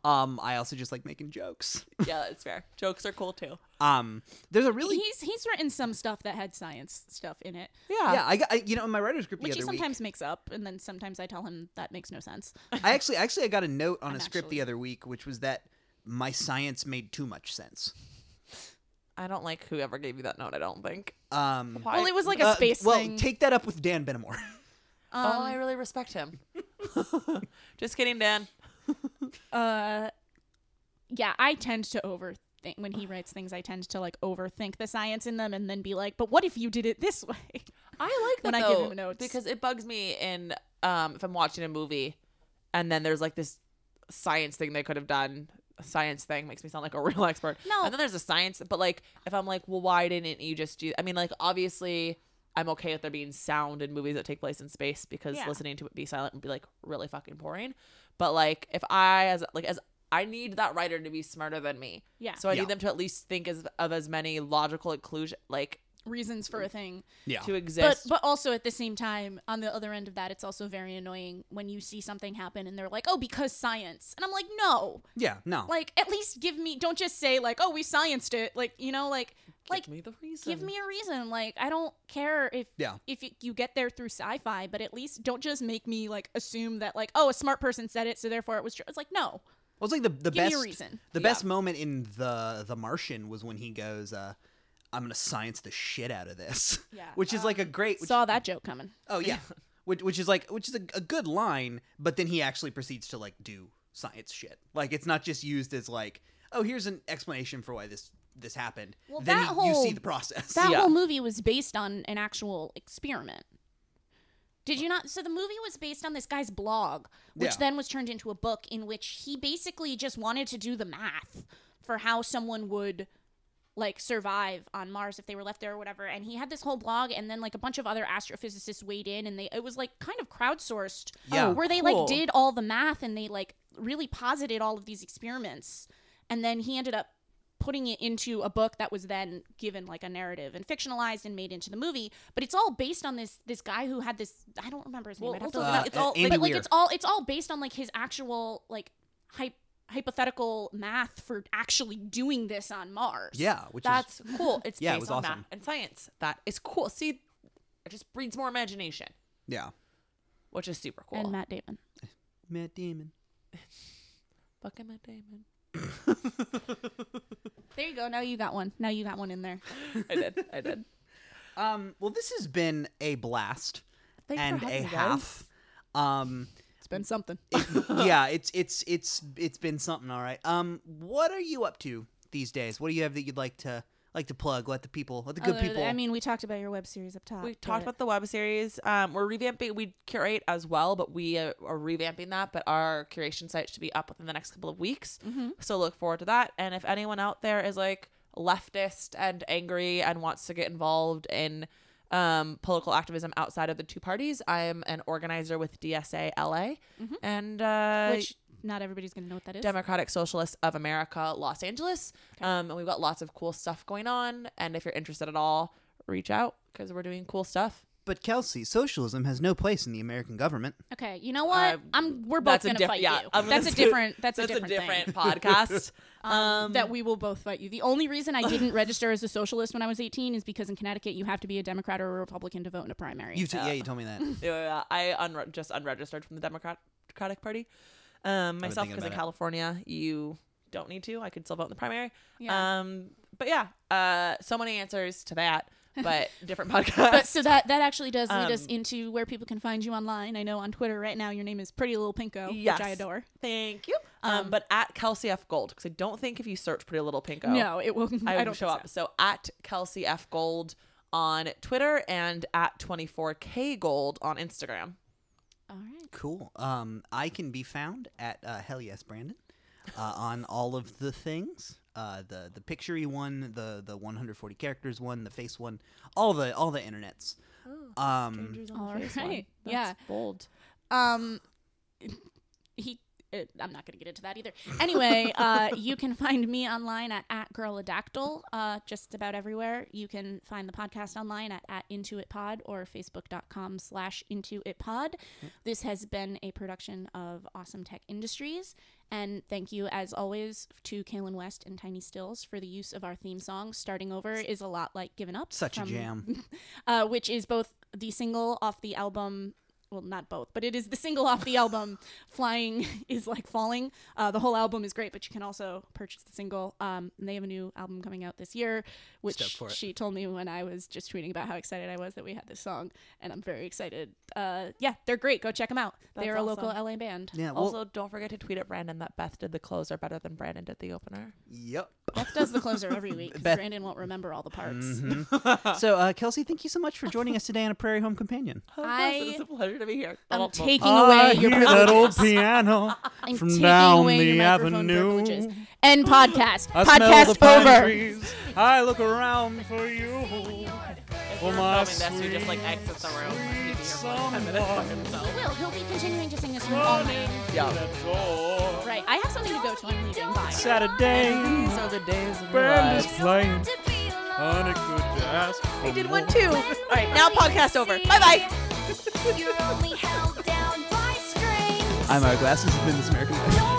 Speaker 2: Um, I also just like making jokes.
Speaker 4: Yeah, that's fair. Jokes are cool too.
Speaker 2: Um, there's a really
Speaker 1: He's he's written some stuff that had science stuff in it,
Speaker 2: yeah. I, got- I you know in my writers group
Speaker 1: which
Speaker 2: the
Speaker 1: he
Speaker 2: other week.
Speaker 1: sometimes makes up, and then sometimes I tell him that makes no sense.
Speaker 2: I actually actually I got a note on
Speaker 1: I'm
Speaker 2: a script
Speaker 1: actually-
Speaker 2: the other week, which was that my science made too much sense.
Speaker 4: I don't like whoever gave you that note. I don't think.
Speaker 2: Um,
Speaker 1: Well, it was like a
Speaker 2: uh,
Speaker 1: space
Speaker 2: well,
Speaker 1: thing. Um,
Speaker 2: take that up with Dan Benamore.
Speaker 4: oh, I really respect him. Just kidding, Dan.
Speaker 1: uh, yeah, I tend to overthink when he writes things. I tend to like overthink the science in them, and then be like, "But what if you did it this way?"
Speaker 4: I like that
Speaker 1: When I give
Speaker 4: though,
Speaker 1: him notes.
Speaker 4: because it bugs me in um, if I'm watching a movie and then there's like this science thing they could have done. A science thing makes me sound like a real expert.
Speaker 1: No.
Speaker 4: and then there's a science, but like if I'm like, well, why didn't you just do? I mean, like obviously. I'm okay with there being sound in movies that take place in space because
Speaker 1: Yeah.
Speaker 4: listening to it be silent would be like really fucking boring. But like if I as like as I need that writer to be smarter than me.
Speaker 1: Yeah.
Speaker 4: So I
Speaker 2: Yeah.
Speaker 4: need them to at least think as, of as many logical inclusion like
Speaker 1: Reasons for a thing.
Speaker 2: yeah.
Speaker 4: to
Speaker 1: But
Speaker 4: exist.
Speaker 1: but also at the same time, on the other end of that, it's also very annoying when you see something happen and they're like, "Oh, because science," and I'm like, "No,
Speaker 2: Yeah. No.
Speaker 1: like at least give me don't just say like, "Oh, we scienced it," like you know, like like
Speaker 4: give me the reason.
Speaker 1: give me a reason. Like I don't care if
Speaker 2: Yeah.
Speaker 1: if you, you get there through sci-fi, but at least don't just make me like assume that like, "Oh, a smart person said it, so therefore it was true." It's like no,
Speaker 2: Well, it's like the the
Speaker 1: Give me
Speaker 2: best
Speaker 1: a reason.
Speaker 2: The best moment in the The Martian was when he goes, uh, "I'm gonna science the shit out of this,"
Speaker 1: Yeah.
Speaker 2: which is like a great. Which,
Speaker 1: saw that joke coming.
Speaker 2: oh yeah, which which is like which is a, a good line, but then he actually proceeds to like do science shit. Like it's not just used as like, "Oh, here's an explanation for why this this happened."
Speaker 1: Well,
Speaker 2: then
Speaker 1: that
Speaker 2: he- you see
Speaker 1: whole-
Speaker 2: the process.
Speaker 1: That
Speaker 4: Yeah.
Speaker 1: whole movie was based on an actual experiment. Did you not? So the movie was based on this guy's blog, which
Speaker 2: Yeah.
Speaker 1: then was turned into a book in which he basically just wanted to do the math for how someone would like survive on Mars if they were left there or whatever. And he had this whole blog, and then like a bunch of other astrophysicists weighed in, and they it was like kind of crowdsourced,
Speaker 2: Yeah. Oh,
Speaker 1: where they
Speaker 4: cool.
Speaker 1: like did all the math and they like really posited all of these experiments, and then he ended up putting it into a book that was then given like a narrative and fictionalized and made into the movie but it's all based on this this guy who had this i don't remember his name
Speaker 4: Well,
Speaker 1: I'd have to
Speaker 4: also,
Speaker 1: look it up.
Speaker 4: it's all-
Speaker 2: uh, Andy
Speaker 1: but like
Speaker 2: Weir.
Speaker 1: it's all it's all based on like his actual like hy- hypothetical math for actually doing this on mars
Speaker 2: yeah, which is
Speaker 4: That's cool. It's
Speaker 2: Yeah, it
Speaker 4: based
Speaker 2: was
Speaker 4: on
Speaker 2: awesome.
Speaker 4: math and science. That is cool. See, it just breeds more imagination,
Speaker 2: yeah.
Speaker 4: which is super cool.
Speaker 1: and matt damon
Speaker 2: Matt Damon.
Speaker 4: Fucking Matt Damon.
Speaker 1: there you go now you got one now you got one in there
Speaker 4: I did. I did.
Speaker 2: Um, well, this has been a blast
Speaker 4: Thanks for
Speaker 2: and
Speaker 4: having
Speaker 2: a
Speaker 4: me, guys.
Speaker 2: half. Um,
Speaker 1: it's been something
Speaker 2: yeah, it's it's it's it's been something, all right. Um, what are you up to these days? What do you have that you'd like to like to plug? Let the people, let the good
Speaker 1: Other than-
Speaker 2: people.
Speaker 1: i mean we talked about your web series up top
Speaker 4: We talked about the web series. Um, we're revamping. We curate as well, but we uh, are revamping that. But our curation site should be up within the next couple of weeks. So look forward to that. And if anyone out there is like leftist and angry and wants to get involved in um, political activism outside of the two parties, I am an organizer with DSA LA and uh,
Speaker 1: which not everybody's gonna know what that is
Speaker 4: Democratic Socialists of America, Los Angeles. Um, and we've got lots of cool stuff going on. And if you're interested at all, reach out because we're doing cool stuff.
Speaker 2: but Kelsey, socialism has no place in the American government.
Speaker 1: okay you know what
Speaker 4: Uh,
Speaker 1: i'm we're both
Speaker 4: that's a
Speaker 1: gonna
Speaker 4: diff-
Speaker 1: fight
Speaker 4: yeah,
Speaker 1: you
Speaker 4: I'm gonna
Speaker 1: that's a
Speaker 4: say-
Speaker 1: different that's,
Speaker 4: That's
Speaker 1: a different, thing.
Speaker 4: podcast. um,
Speaker 1: that we will both fight you. The only reason I didn't register as a socialist when I was 18 is because in Connecticut you have to be a Democrat or a Republican to vote in a primary.
Speaker 2: You t- yeah, you told me that.
Speaker 4: yeah, I unre- just unregistered from the Democratic Party um, myself
Speaker 2: thinking
Speaker 4: because in
Speaker 2: about it.
Speaker 4: California you don't need to. I could still vote in the primary.
Speaker 1: Yeah.
Speaker 4: Um, but yeah, uh, so many answers to that, but different podcasts.
Speaker 1: but so that that actually does lead us
Speaker 4: Um,
Speaker 1: into where people can find you online. I know on Twitter right now your name is Pretty Little Pinko,
Speaker 4: Yes.
Speaker 1: which I adore.
Speaker 4: Thank you. Um, but at Kelsey F Gold because I don't think if you search Pretty Little Pinko,
Speaker 1: No, it will.
Speaker 4: Oh. I,
Speaker 1: I,
Speaker 4: will
Speaker 1: don't
Speaker 4: show
Speaker 1: think
Speaker 4: up. So at Kelsey F Gold on Twitter and at 24K Gold on Instagram.
Speaker 1: So. All right.
Speaker 2: Cool. Um, I can be found at uh, Hell Yes Brandon uh, on all of the things. Uh, the the picturey one, the the 140 characters one, the face one, all the all the internets. um,
Speaker 1: All right.
Speaker 4: That's
Speaker 1: yeah.
Speaker 4: bold.
Speaker 1: Um, he. Uh, I'm not going to get into that either. Anyway, uh, you can find me online at, at girladactyl, uh, just about everywhere. You can find the podcast online at, at intuitpod or facebook.com
Speaker 2: Hmm.
Speaker 1: slash intuitpod. This has been a production of Awesome Tech Industries, And thank you, as always, to Kalen West and Tiny Stills for the use of our theme song. Starting over is a lot like "Giving Up."
Speaker 2: Such a
Speaker 1: from-
Speaker 2: jam.
Speaker 1: uh, which is both the single off the album. Well, not both, but it is the single off the album. Flying is like falling. Uh, the whole album is great, but you can also purchase the single. Um, and they have a new album coming out this year, which
Speaker 2: Stoked for it.
Speaker 1: she told me when I was just tweeting about how excited I was that we had this song, and I'm very excited. Uh, yeah, they're great. Go check them out. they're a local
Speaker 5: awesome.
Speaker 1: LA band.
Speaker 2: Yeah. Well,
Speaker 5: Also, don't forget to tweet at Brandon that Beth did the closer better than Brandon did the opener.
Speaker 2: yep.
Speaker 1: Beth does the closer every week. 'cause
Speaker 2: Beth-
Speaker 1: Brandon won't remember all the parts.
Speaker 2: so, uh, Kelsey, thank you so much for joining us today on a Prairie Home Companion.
Speaker 5: Oh,
Speaker 1: I-
Speaker 5: Beth, it's a pleasure to be here.
Speaker 1: I'm
Speaker 5: Well, well,
Speaker 1: taking
Speaker 2: Ah,
Speaker 1: away your privileges.
Speaker 2: piano
Speaker 1: I'm taking away your microphone privileges. End podcast. podcast over.
Speaker 2: I look around for you. For my
Speaker 5: Best we just like exit the room. He'd be here for like 10 minutes by himself.
Speaker 1: Will, he'll be continuing to sing this song all night.
Speaker 5: Yeah.
Speaker 1: Right. I have something to go to. I'm leaving. Bye.
Speaker 2: Saturday,
Speaker 5: These are the days of
Speaker 2: band is
Speaker 5: lives.
Speaker 2: playing,
Speaker 3: To be
Speaker 2: and it
Speaker 3: alone.
Speaker 2: could ask for
Speaker 5: I did
Speaker 2: more.
Speaker 5: one too. All right, now podcast over. Bye bye.
Speaker 3: You're only held down by strings.
Speaker 2: I'm out of glasses. It's been this American.
Speaker 3: Don't